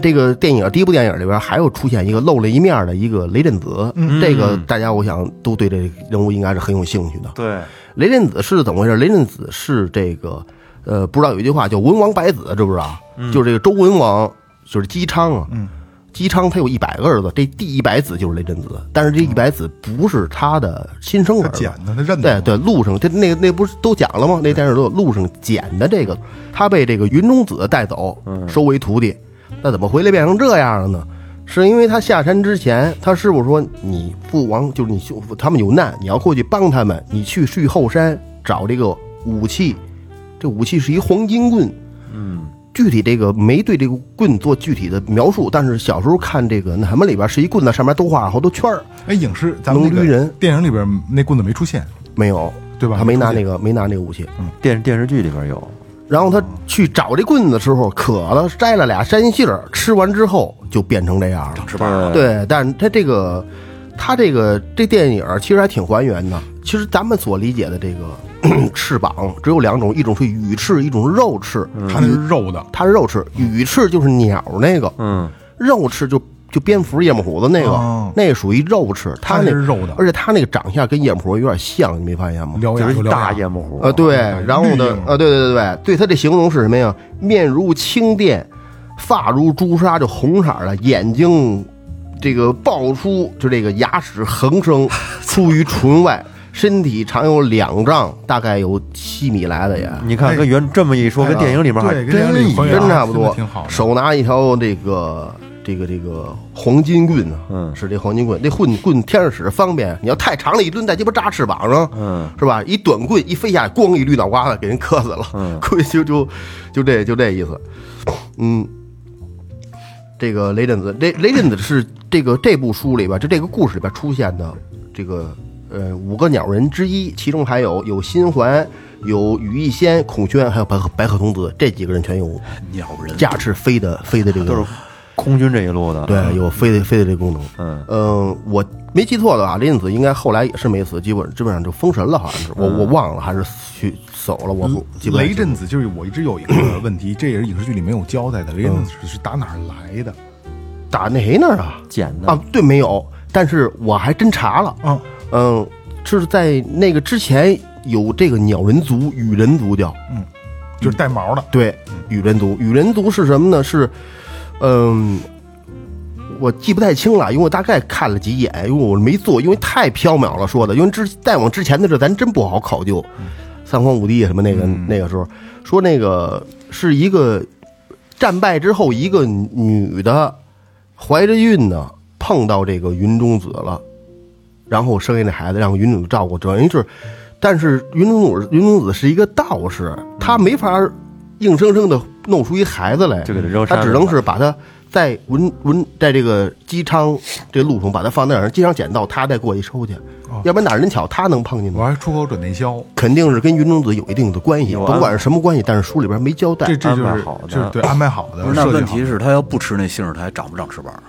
S2: 这个电影第一部电影里边还有出现一个露了一面的一个雷震子，这个大家我想都对这个人物应该是很有兴趣的。
S3: 对，
S2: 雷震子是怎么回事？雷震子是这个呃，不知道有一句话叫“文王百子”，知不知道？就是这个周文王，就是姬昌啊。
S5: 嗯
S2: 姬昌他有一百个儿子，这第一百子就是雷震子，但是这一百子不是他的亲生
S5: 他
S2: 儿子
S5: 捡，的，他认
S2: 对
S5: 的，
S2: 对，路上这那个那不是都讲了吗？那电视都有路上捡的这个，他被这个云中子带走，
S5: 嗯
S2: 收为徒弟。那怎么回来变成这样了呢？是因为他下山之前，他师傅说：“你父王就是你兄他们有难，你要过去帮他们，你去去后山找这个武器，这武器是一黄金棍。”
S3: 嗯
S2: 具体这个没对这个棍做具体的描述，但是小时候看这个那什么里边是一棍子，上面都画了好多圈儿，
S5: 哎，影视咱们
S2: 能
S5: 那个
S2: 捋人
S5: 电影里边那棍子没出现，
S2: 没有，
S5: 对吧
S2: 他没拿
S5: 没出
S2: 那
S5: 现
S2: 个没拿那个武器，
S3: 电电视剧里边有，
S2: 然后他去找这棍子的时候，渴了，摘了俩山杏儿，吃完之后就变成这样了。
S1: 翅膀啊
S2: 对，但是他这个，他这个这电影其实还挺还原的。其实咱们所理解的这个 翅膀只有两种，一种是羽翅，一种是肉翅。
S5: 它那是肉的，
S2: 它是肉翅，羽翅就是鸟那个，
S3: 嗯，
S2: 肉翅就就蝙蝠、夜幕虎子那个，
S5: 哦
S2: 那个属于肉翅。它
S5: 它
S2: 那
S5: 是肉的
S2: 而且它那个长相跟夜幕虎有点像，你没发现吗？
S5: 獠
S3: 就
S5: 牙
S3: 是
S5: 有
S3: 一
S5: 獠
S3: 大
S5: 牙，
S3: 夜幕虎
S2: 呃，对，
S5: 啊
S2: 然后
S5: 绿
S2: 呢
S5: 影，
S2: 呃，对对对对，对它这形容是什么呀？面如青靛，发如朱砂，就红色儿的，眼睛这个爆出，就这个牙齿横生出于唇外，身体长有两丈，大概有七米来的也。
S3: 你看，
S5: 哎
S3: 跟原这么一说，跟电影里面还
S5: 对，跟电
S3: 真
S5: 影
S3: 一
S5: 里还
S3: 样。
S5: 原
S2: 真差不
S5: 真的
S2: 多
S5: 挺好，的
S2: 手拿一条这个这个这个黄金棍呢，
S3: 嗯
S2: 是这黄金棍，那棍棍天上使方便，你要太长了一抡带鸡巴扎翅膀上，
S3: 嗯，
S2: 是吧？一短棍一飞下来，咣一绿脑瓜子给人磕死了，
S3: 嗯，
S2: 就就就这就这意思，嗯。这个雷震子，雷雷震子是这个这部书里边，就这个故事里边出现的这个呃五个鸟人之一，其中还有有新环、有羽翼仙、孔宣，还有白鹤白鹤童子这几个人全有
S1: 鸟人
S2: 驾驶飞的飞的这个
S3: 都是空军这一路的。
S2: 对，有飞的飞的这功能。
S3: 啊嗯
S2: 嗯，我没记错的话，林子应该后来也是没死，基本基本上就封神了，好像是我我忘了还是去走了，我不基本上
S5: 雷震子就是我一直有一个问题，这也是影视剧里没有交代的，雷震子是打哪儿来的？
S2: 打那谁那儿啊？
S3: 捡的
S2: 啊，对，没有，但是我还真查了，
S5: 啊，
S2: 嗯，是在那个之前有这个鸟人族、羽人族叫，
S5: 就是带毛的，
S2: 对，羽人族，羽人族是什么呢？是，嗯，我记不太清了，因为我大概看了几眼，因为我没做，因为太缥缈了说的，因为之再往之前的事咱真不好考究。三皇五帝什么那个、
S3: 嗯
S2: 那个时候说那个是一个战败之后，一个女的怀着孕呢，碰到这个云中子了，然后生下那孩子，让云中子照顾，等于是，但是云中子云中子是一个道士，
S3: 嗯
S2: 他没法硬生生的弄出一孩子来，
S3: 就给他扔山
S2: 他
S3: 里
S2: 只
S3: 了
S2: 能是把他在文文在这个姬昌这路上把他放那儿，让姬昌捡到，他再过去收去，
S3: 哦
S2: 要不然哪儿人巧他能碰见
S5: 我
S2: 呢？
S5: 还出口转内销，
S2: 肯定是跟云中子有一定的关系，
S3: 有啊
S2: 甭管是什么关系，但是书里边没交代
S5: 这。这就
S3: 安
S5: 是
S3: 排好的
S5: 就是对安排好的
S1: 不是，，那
S5: 设计
S1: 问
S5: 好
S1: 题
S5: 的
S1: 是，他要不吃那杏儿，他还长不长翅膀啊？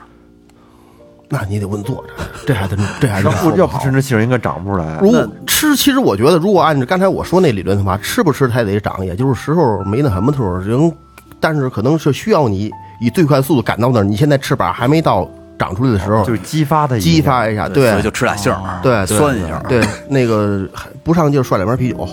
S2: 那你得问作者，这还真 这还真
S3: 要
S2: 说
S3: 不
S2: 不
S3: 要
S2: 好
S3: 不吃那杏儿应该长不出来。
S2: 如果吃，其实我觉得，如果按照刚才我说那理论的话，吃不吃它也得长，也就是时候没那什么时候人，但是可能是需要你以最快速度赶到那儿，你现在翅膀还没到长出来的时候，
S3: 就是激发它一下
S2: 激，发一下，啊对，啊
S1: 所以就吃俩杏儿，
S2: 对对
S1: 酸一下。
S2: 对，那个还不上劲儿涮两瓶啤酒，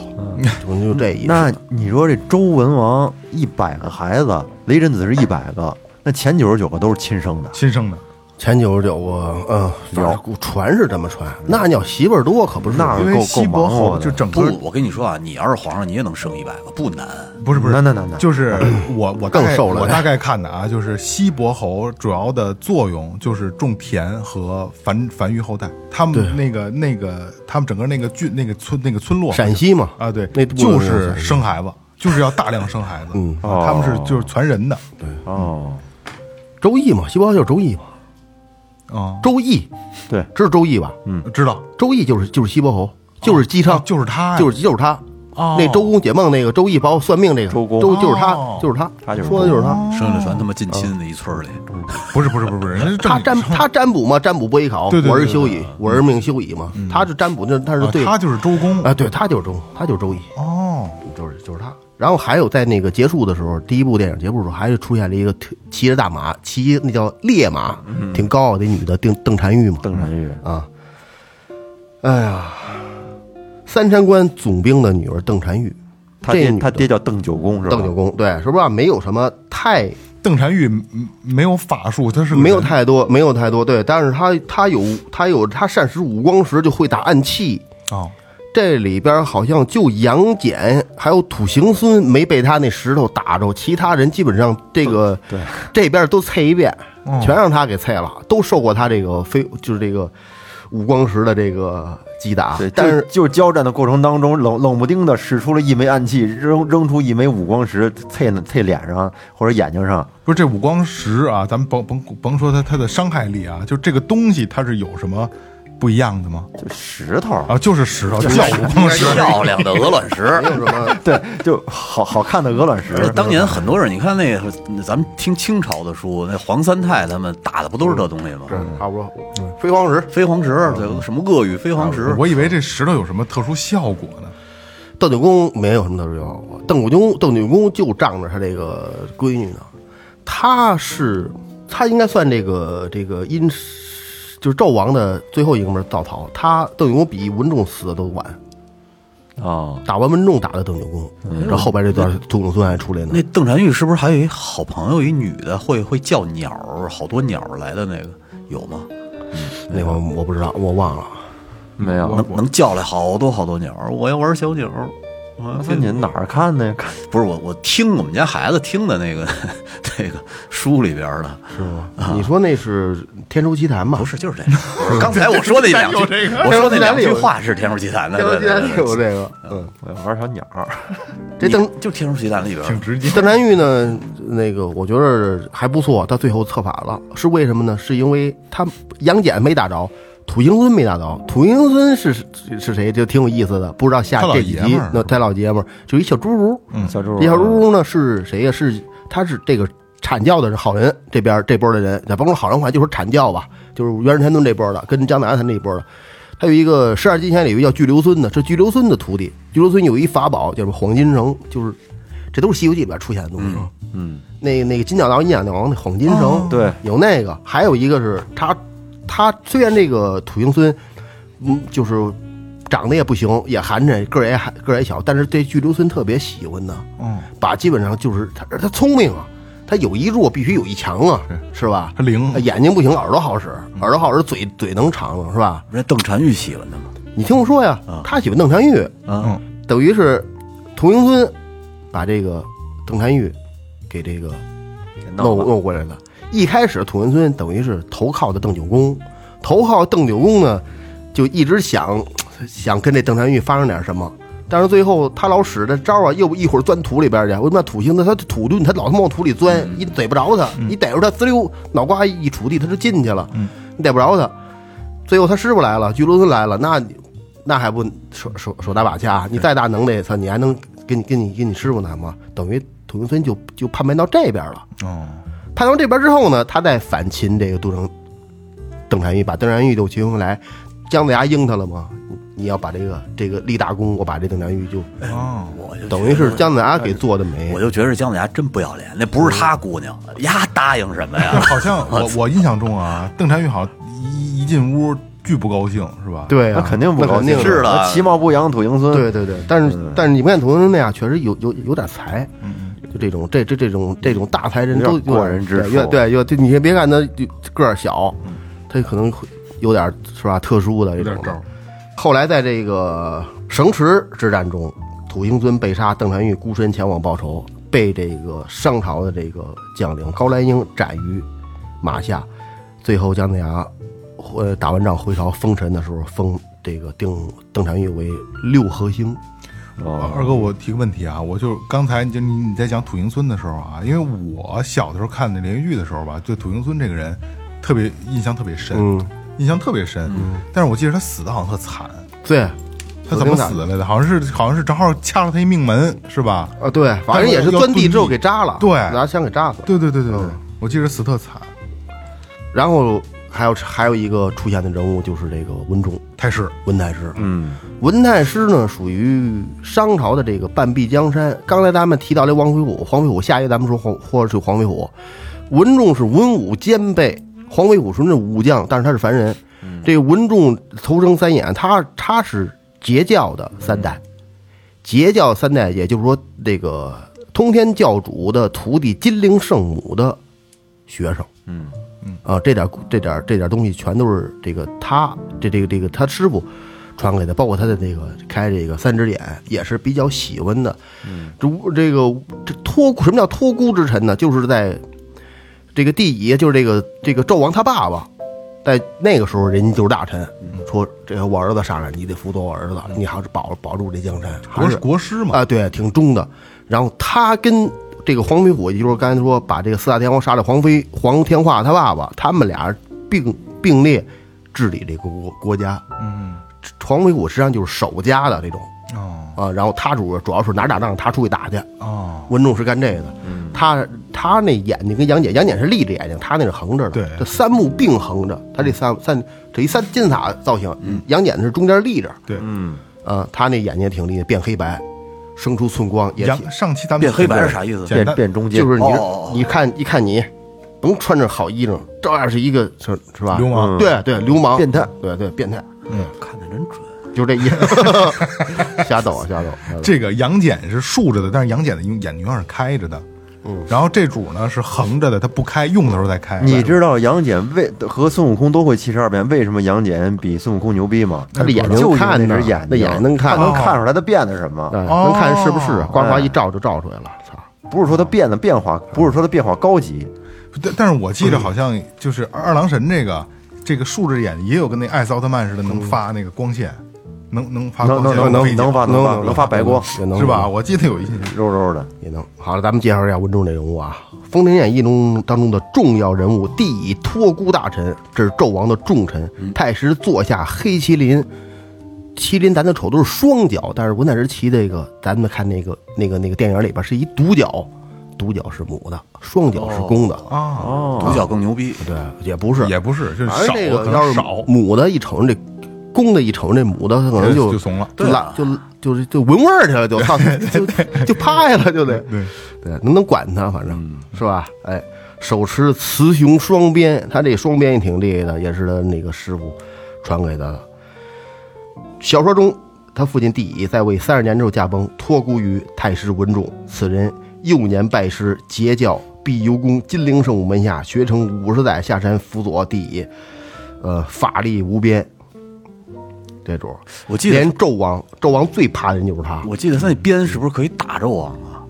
S2: 就就这意思。
S3: 那你说这周文王一百个孩子，雷震子是一百个，那前九十九个都是亲生的，
S5: 亲生的，
S2: 前九十九个，嗯，反正传是这么传，那你要媳妇儿多可不是？
S3: 那
S5: 因
S3: 够
S5: 为
S3: 够
S5: 西伯
S3: 忙活
S5: 侯
S3: 的
S5: 就整
S1: 不
S5: 个，
S1: 我跟你说啊，你要是皇上，你也能生一百个，不难。
S5: 不是不是，
S3: 那那那那
S5: 就是我我
S2: 更
S5: 大概
S2: 瘦了
S5: 我大概看的啊，就是西伯侯主要的作用就是种田和繁繁育后代，他们那个那个他们整个那个郡那个村那个村落
S2: 陕西嘛，
S5: 啊，对，
S2: 那部分
S5: 就是生孩 子，就是要大量生孩子，
S2: 嗯
S5: 啊他们是
S3: 哦
S5: 就是传人的
S3: 哦，
S2: 周易嘛，西伯侯就是周易嘛，
S5: 啊，
S2: 周易
S3: 对，
S2: 知道周易吧？
S5: 知道
S2: 周易就是就是西伯侯，就是姬昌，
S5: 嗯哦就是他呀，
S2: 就是就是他。
S5: 哦
S2: 那周公解梦那个周易包括算命这个
S3: 周公
S2: 就是
S5: 哦
S2: 他，就是他，
S3: 他就是
S2: 说的就是他。
S1: 生下来全他妈近亲的一村儿里，
S5: 不是不是不是不是，人家是
S2: 他
S5: 正
S2: 占
S5: 经生
S2: 他占卜嘛，占卜不易考，
S5: 对对对
S2: 我是
S5: 对
S2: 修
S5: 对
S2: 矣，我是命修矣嘛。他是占卜，那他是
S5: 啊
S2: 对
S5: 他就是周公
S2: 啊，对他就是周，他就是周易，
S5: 哦，
S2: 就是就是他。然后还有在那个结束的时候，第一部电影结束的时候，还是出现了一个特骑着大马，骑那叫烈马，
S3: 嗯
S2: 挺高傲的一女的，邓邓婵玉嘛。
S3: 邓婵玉
S2: 啊，哎呀，三山关总兵的女儿邓婵玉，
S3: 他
S2: 这
S3: 爹
S2: 女
S3: 他
S2: 的
S3: 爹叫邓九公是吧？
S2: 邓九公，对，是不是没有什么太
S5: 邓婵玉嗯没有法术，他是个
S2: 没有
S5: 人
S2: 太多没有太多对，但是他他有他有他善使五光石，就会打暗器。
S5: 哦，
S2: 这里边好像就杨戬还有土行孙没被他那石头打着，其他人基本上这个这边都啐一遍，全让他给啐了，都受过他这个飞就是这个五光石的这个击打
S3: 对，。
S2: 但是
S3: 啊就就是交战的过程当中，冷冷不丁的使出了一枚暗器，扔扔出一枚五光石，啐啐脸上或者眼睛上，
S5: 不是这五光石啊，咱们甭甭甭说它它的伤害力啊，就这个东西它是有什么不一样的吗？
S3: 就石头儿。
S5: 啊，就是石头，叫五光石。
S1: 漂亮的鹅卵石
S2: 没。有什么
S3: 对，就好好看的鹅卵石
S1: 而，且当年很多人，你看那个，咱们听清朝的书，那黄三太他们打的不都是这东西吗？
S2: 差不多，嗯飞黄石
S5: 啊
S1: 飞黄石，对，什么鄂语飞黄石，
S5: 我以为这石头有什么特殊效果呢？
S2: 邓九公没有什么特殊情况，邓九公邓九公就仗着他这个闺女呢，她是她应该算这个这个殷实就是纣王的最后一个门造曹，她邓九公比文仲死的都晚，
S3: 啊，
S2: 打完文仲打的邓九公，然后后边这段祖宗孙还出来呢
S1: 那。邓婵玉是不是还有一好朋友，一女的会会叫鸟儿，好多鸟儿来的那个有吗？
S2: 那个我不知道，我忘了。
S3: 没有。
S1: 能能叫来好多好多鸟儿，我要玩小鸟儿。我
S3: 那你哪儿看的呀？看
S1: 不是我，我听我们家孩子听的那个 那个书里边儿的，
S2: 是吗？你说那是《天书奇谭》吧？
S1: 不，是就是这个。 不是刚才我说那两句，我说那两句话是《天书奇谭》的，对
S2: 《天书奇谭》里
S1: 对
S2: 有
S1: 对。
S2: 这个。嗯，
S3: 我要玩小鸟儿，
S2: 这
S1: 你
S2: 邓
S1: 就《天书奇谭》里边儿
S5: 挺直接。
S2: 邓婵玉呢，那个我觉得还不错，她最后策反了，是为什么呢？是因为她杨戬没打着，土行孙没打着。土行孙是是是谁？就挺有意思的，不知道下
S5: 他老
S2: 这几
S5: 爷们
S2: 集
S5: 儿嗯
S2: 那太老爷们儿就一小侏儒，
S3: 小猪
S2: 这小侏儒呢是谁呀？是他是这个阐教的是好人，这边这波的人，咱甭说好人坏，就说阐教吧，就是袁世天宗这波的，跟江南他们这波的。还有一个十二金仙里有一个叫巨留孙的，是巨留孙的徒弟。巨留孙有一法宝叫什么黄金绳，就是这都是《西游记》里边出现的东西。啊
S3: 嗯，
S2: 那个那个金角刀、银角王那黄金绳，
S3: 对，
S2: 有那个，还有一个是他，他虽然这个土行孙，嗯，就是长得也不行，也寒碜，个儿也矮个儿也小，但是对巨留孙特别喜欢呢。
S5: 嗯，
S2: 把基本上就是他他聪明啊，他有一弱必须有一强啊，是吧？
S5: 他灵
S2: 他眼睛不行，耳朵好使，耳朵好使，嘴嘴能长是吧？
S1: 人家邓婵玉喜欢他吗？
S2: 你听我说呀，他喜欢邓婵玉，
S1: 啊，
S2: 等于是屠行孙把这个邓婵玉给这个弄
S3: 了
S2: 弄过来的。一开始土行孙等于是投靠的邓九公，投靠邓九公呢，就一直想想跟这邓婵玉发生点什么。但是最后他老使这招啊，又一会儿钻土里边去，为什么土行的他土遁，他老他妈往土里钻，你逮不着他，你逮着他滋溜脑瓜一杵地，他就进去了，你逮不着他。最后他师傅来了，巨罗孙来了，那你那还不手手手打把掐？啊你再大能耐，操，你还能跟你跟你跟你师傅难吗？等于土行孙就就叛变到这边了。
S5: 哦，
S2: 叛到这边之后呢，他再反秦这个杜成邓婵玉，把邓婵玉就擒回来。姜子牙应他了吗？你你要把这个这个立大功，我把这邓婵玉就
S5: 哦，
S1: 我
S3: 呃
S1: 就
S2: 等于是姜子牙给做的媒
S1: 我。就觉得姜子牙真不要脸，那不是他姑娘，
S2: 嗯
S1: 呀答应什么呀？
S5: 好像我我印象中啊，邓婵玉好像一一进屋巨不高兴是吧？，
S2: 对
S3: 那
S2: 啊，
S3: 肯定不
S2: 那
S3: 高
S2: 肯定
S3: 兴，
S2: 的
S1: 是的
S3: 那其貌不扬土行孙，
S2: 对对对，但是、
S3: 嗯
S2: 但是你不看屠龙那样，确实有有有点才，就这种这这这种这种大才人
S3: 有
S2: 都
S3: 点过人之处
S2: 对
S3: 嗯
S2: 越对越对，你别看他就个儿小，他可能会有点是吧特殊的
S5: 有
S2: 这
S5: 点
S2: 种
S5: 招儿
S2: 的。后来在这个城池之战中，土行孙被杀，邓婵玉孤身前往报仇，被这个商朝的这个将领高兰英斩于马下。最后姜子牙，呃，打完仗回朝封臣的时候，封这个定邓婵玉为六合星。
S3: 哦，
S5: 呃二哥，我提个问题啊，我就刚才你就你你在讲土行孙的时候啊，因为我小的时候看那连续剧的时候吧，对土行孙这个人特别印象特别深，
S2: 嗯
S5: 印象特别深。但是我记得他死的好像特惨，
S2: 对，
S5: 他怎么死的来的？好像是好像是正好掐了他一命门是吧？
S2: 啊，对，反正也是钻地之后给扎了，
S5: 对
S2: 拿枪给扎死了。
S5: 对对对对对，
S2: 嗯
S5: 我记得死特惨，
S2: 然后还有还有一个出现的人物就是这个文忠
S5: 太师
S2: 文太师，
S3: 嗯，
S2: 文太师呢属于商朝的这个半壁江山。刚才咱们提到这黄飞虎，黄飞虎下一咱们说黄或者是黄飞虎，文仲是文武兼备，黄飞虎纯是武将，但是他是凡人。这个文仲头生三眼，他他是截教的三代，截教三代，也就是说这个通天教主的徒弟金陵圣母的学生。啊，这点这点这点东西全都是这个他这这个这个他师傅传给他，包括他的那个开这个三只眼也是比较喜欢的。这屋这个这托孤什么叫托孤之臣呢？就是在这个帝乙，就是这个这个纣王他爸爸，在那个时候人家就是大臣，说这个我儿子上来，你得辅佐我儿子，你还是保保住这江山，还
S5: 国
S2: 是
S5: 国师嘛，
S2: 啊，对，挺忠的。然后他跟这个黄飞虎，也就是刚才说把这个四大天王杀了黄飞黄天化他爸爸，他们俩并并列治理这个国国家。
S5: 嗯，
S2: 黄飞虎实际上就是守家的这种
S5: 哦
S2: 啊，然后他主主要是哪儿打仗他出去打去，
S5: 哦，
S2: 文仲是干这个的。
S5: 嗯
S2: 他他那眼睛跟杨戬，杨戬是立着眼睛，他那是横着的。
S5: 对嗯
S2: 这三目并横着，他这三三这一三金字塔造型，杨戬是中间立着。啊
S5: 对，
S2: 呃，他那眼睛挺厉害，变黑白，生出寸光也体
S5: 杨，上期咱们
S1: 变黑白是
S5: 是
S1: 啥意思
S5: 简
S3: 变
S5: 单
S3: 变中间
S2: 就是你
S1: 哦
S2: 你看一看你，甭穿着好衣裳，照样是一个是是吧？
S5: 流氓，
S2: 对对，流氓，
S3: 变态，
S2: 对对，变态，
S1: 看的真准。
S2: 就这意思。 瞎抖啊，瞎抖，瞎抖
S5: 这个羊睑是竖着的，但是羊睑的眼睛永远是开着的。嗯，然后这主呢是横着的，它不开，用的时候才开。
S3: 你知道杨戬为和孙悟空都会七十二变，为什么杨戬比孙悟空牛逼吗？
S2: 他的眼
S3: 就
S2: 睛
S3: 是那
S2: 看
S3: 只
S2: 呢，
S3: 眼
S2: 那
S3: 睛
S2: 眼睛能
S3: 他
S2: 看，哦
S3: 能看出来他变的什么。
S2: 哎能看是不是啊？呱呱一照就照出来了，操！
S3: 不是说他变的变化，不是说他变化高级，
S5: 但但是我记得
S3: 嗯
S5: 好像就是二郎神这个这个竖着眼也有跟那艾斯奥特曼似的，能发那个光线，能能发
S3: 嗯
S5: 光
S3: 能能
S5: 线，
S3: 能
S5: 飞
S3: 能
S5: 起
S3: 能发能
S2: 能
S3: 发能嗯发白光，
S2: 也能
S5: 是吧？？我记得有一些
S3: 肉肉的。
S2: 也能。好了，咱们介绍一下文中这人物啊，《封神演义》中当中的重要人物，帝乙托孤大臣，这是纣王的重臣，
S5: 嗯
S2: 太师座下黑麒麟。麒麟咱的瞅都是双脚，但是文采之骑这个，咱们看那个那个那个电影里边是一独角，独角是母的，双脚是公的，
S5: 啊，
S3: 哦，
S1: 独角更牛逼，
S2: 对，也不是，
S5: 也不是，就是
S2: 反
S5: 少，
S2: 正这
S5: 可
S2: 个
S5: 能
S2: 要
S5: 少
S2: 是，母的一瞅这，公的一瞅这母的，他可能
S5: 就
S2: 就
S5: 就怂了。
S1: 对
S2: 拉
S1: 啊
S2: 就就是就闻味儿去 了，就到就就趴下了，就得
S5: 对
S2: 对，能能管他，反
S1: 嗯
S2: 正是吧？哎，手持雌雄双鞭，他这双鞭也挺厉害的，也是他那个师傅传给他的。小说中，他父亲帝乙在位三十年之后驾崩，托孤于太师文种。此人幼年拜师结教，必由公金陵圣母门下，学成五十载，下山辅佐帝乙，呃，法力无边。这主儿
S1: 我记
S2: 连
S1: 得
S2: 纣王，纣王最怕的人就是他。
S1: 我记得他那鞭是不是可以打纣王啊？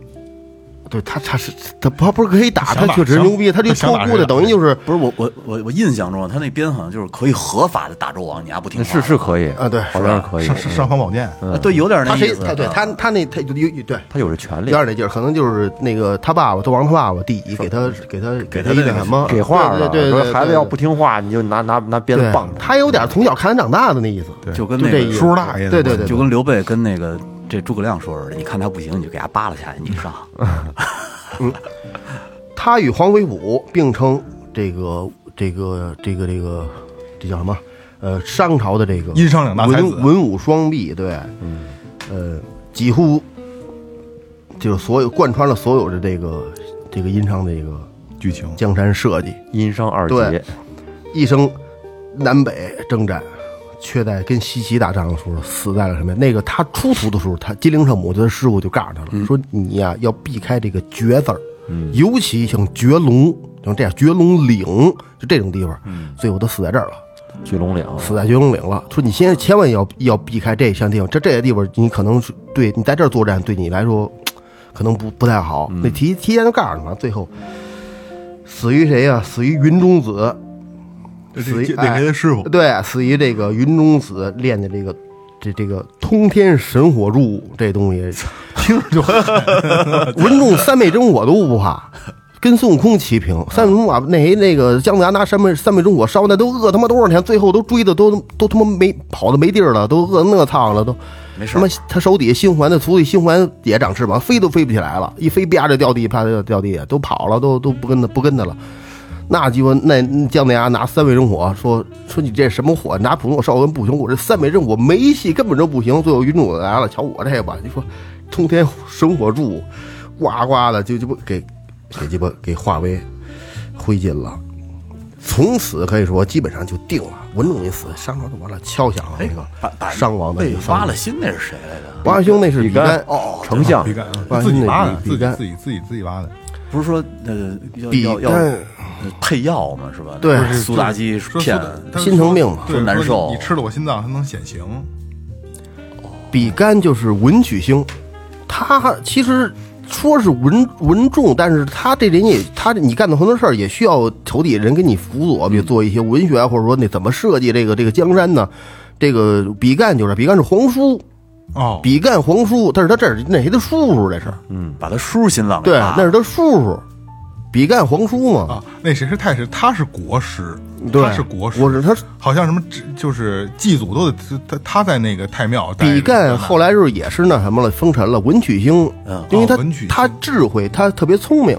S2: 对他，他是他不他不是可以打，
S5: 想
S2: 他
S5: 打
S2: 确实
S5: 想
S2: 牛逼，他就
S5: 想
S2: 托
S5: 打
S2: 孤
S5: 谁
S2: 的，
S5: 打
S2: 等于
S5: 谁
S2: 就是
S1: 不是我我我我印象中他那鞭好像就是可以合法的打纣王，你还不听话？
S3: 是是可以
S2: 啊对
S3: 好像是可以嗯
S5: 上。上尚方宝剑，
S1: 啊对，有点那
S2: 他
S1: 意
S2: 谁
S1: 思。嗯啊
S2: 他对他他那他就有有对
S3: 他有这权
S2: 有
S3: 利，
S2: 点那劲儿，可能就是那个他爸爸纣王他爸爸帝乙给他给他
S1: 给
S2: 给
S1: 他
S2: 一
S1: 那
S2: 个
S1: 个
S2: 什么
S3: 给话了。
S2: 对对对对，
S3: 说孩子
S2: 对
S3: 要不听话，你就拿拿拿鞭子
S2: 对
S3: 棒他。
S2: 他有点从小看他长大的那意思，
S5: 对
S1: 就跟
S2: 就
S1: 那
S2: 这
S1: 个
S2: 意思。
S5: 叔大爷的
S2: 对对对，
S1: 就
S2: 对
S1: 跟刘备跟那个这诸葛亮说似的，你看他不行，你就给他扒拉下去，你上。
S2: 嗯他与黄飞虎并称这个这个这个这个这叫什么？呃，商朝的这个
S5: 殷商两大才子
S2: 文文武双璧，对，嗯，呃，几乎就是所有贯穿了所有的这个这个殷商的这个
S5: 剧情
S2: 江山设计，
S3: 殷商二
S2: 对
S3: 杰，
S2: 一生南北征战，却在跟西岐打仗的时候死在了什么呀？那个他出土的时候，他金陵圣母他的师傅就告诉他了，说你呀、要避开这个绝字儿，尤其像绝龙，像这样绝龙岭就这种地方，最后他死在这儿了。
S3: 巨龙岭。
S2: 死在绝龙岭了，说你现在千万要要避开这项地方，这这些地方你可能是对你在这儿作战，对你来说可能不不太好。那提提前就告诉你了，最后死于谁呀、死于云中子，
S5: 这
S2: 死
S5: 这
S2: 于
S5: 这得
S2: 哎
S5: 给他师傅
S2: 对，死于这个云中子练的这个这这个通天神火柱这东西，
S5: 听着就很
S2: 文仲三昧真火都不怕，跟孙悟空齐平。
S5: 啊
S2: 三昧真火把那谁那个姜子牙拿三昧三昧真火烧，那都饿他妈多少天，最后都追的都都他妈没跑的没地儿了，都饿那操了都。
S1: 没事
S2: 他妈他手底下心环的徒弟心环也长翅膀，飞都飞不起来了，一飞啪就掉地，啪就掉地下，都跑了，都都不跟他不跟他了。那鸡巴那那姜子牙拿三昧真火说说你这什么火？拿普通火烧跟不行，我这三昧真火没戏，根本就不行。最后云主来了，瞧我这吧，你说通天神火柱，呱呱的就鸡巴给给鸡巴给化为灰烬了。从此可以说基本上就定了，文种一死，商朝就完了，敲响了那
S1: 把把
S2: 个商王的
S1: 被
S2: 那个丧
S1: 挖
S2: 钟
S1: 哎了心那是谁来着？
S2: 王兄那是
S3: 比
S2: 比干哦
S3: 干，丞相
S5: 笔杆啊
S2: 不然
S5: 自己
S2: 那
S5: 挖的，
S2: 笔
S5: 自
S2: 笔
S5: 己
S2: 杆
S5: 自己自己自己挖的。
S1: 不是说呃要
S2: 比
S1: 要要
S2: 干
S1: 呃配药嘛是吧？
S2: 对
S1: 不是苏妲己
S5: 说
S1: 骗
S5: 苏大他
S2: 心疼命嘛
S5: 对
S1: 说难
S5: 你
S1: 受
S5: 你吃了我心脏，它能显形。
S2: 比干就是文曲星，他其实说是文文重，但是他这人也他你干的很多事儿也需要头底下人给你辅佐，比如做一些文学啊，或者说那怎么设计这个这个江山呢？这个比干就是比干是皇叔，
S5: 哦，
S2: 比干皇叔，但是他这是那谁的叔叔这是，
S1: 把他叔心脏给
S2: 对，
S1: 挖
S2: 那是他叔叔，比干皇叔嘛，
S5: 啊，那谁是太师？他是国师，
S2: 对，
S5: 他是国师，
S2: 我是他
S5: 好像什么只就是祭祖都得他他在那个太庙待着。
S2: 比干后来就是也是那什么了，封神了，文曲星，
S1: 嗯
S2: 因为他、
S5: 哦文曲星
S2: 他智慧，他特别聪明，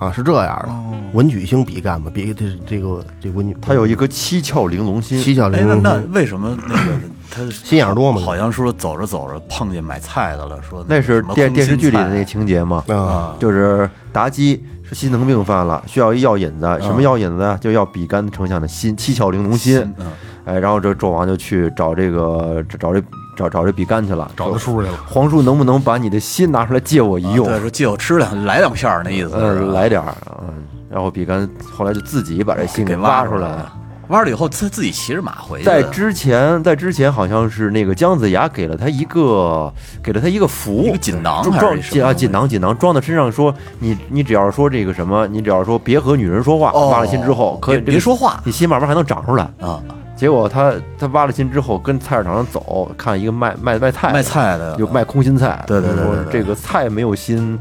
S2: 啊，是这样的。
S5: 哦
S2: 文曲星比干嘛，比这这个这文曲，
S3: 他有一颗七窍玲珑心，
S2: 七小
S1: 哎
S3: 嗯
S2: 玲
S1: 那
S2: 珑
S1: 那
S2: 心，
S1: 为什么那个他
S2: 心眼儿多嘛
S1: 好像说走着走着碰见买菜的了，说
S3: 那是
S1: 什么
S3: 电
S1: 空
S3: 电视
S1: 心
S3: 剧里的
S1: 菜
S3: 那个情节嘛，
S2: 啊，
S3: 就是妲己是心疼病犯了，需要一药引子，什么药引子啊？就要比干丞相的心，七窍玲珑心。
S1: 嗯，
S3: 哎，然后这纣王就去找这个找这找找这比干去了，
S5: 找他叔去了。
S3: 皇叔能不能把你的心拿出来借我一用？
S1: 嗯啊对，说借我吃两来两片儿那意思
S3: 呃
S1: 是，啊吧，
S3: 来点儿，嗯，然后比干后来就自己把这心
S1: 给
S3: 挖
S1: 挖
S3: 出
S1: 出
S3: 来
S1: 了
S3: 了。，
S1: 挖了以后他自己骑着马回去的，
S3: 在之前，在之前好像是那个姜子牙给了他一个，给了他一个符，
S1: 一个锦囊还
S3: 装
S1: 是什
S3: 锦
S1: 么
S3: 啊
S1: 东西
S3: 锦囊锦囊装到身上说，你你只要说这个什么，你只要说别和女人说话，
S1: 哦
S3: 挖了心之后可以
S1: 别别说话
S3: 你心慢慢还能长出来。
S1: 啊，
S3: 结果他他挖了心之后，跟菜市场上走，看一个卖卖卖菜的
S1: 卖菜的
S3: 有卖空心菜，
S1: 对对对对
S3: 说
S1: 对
S3: 这个菜没有心，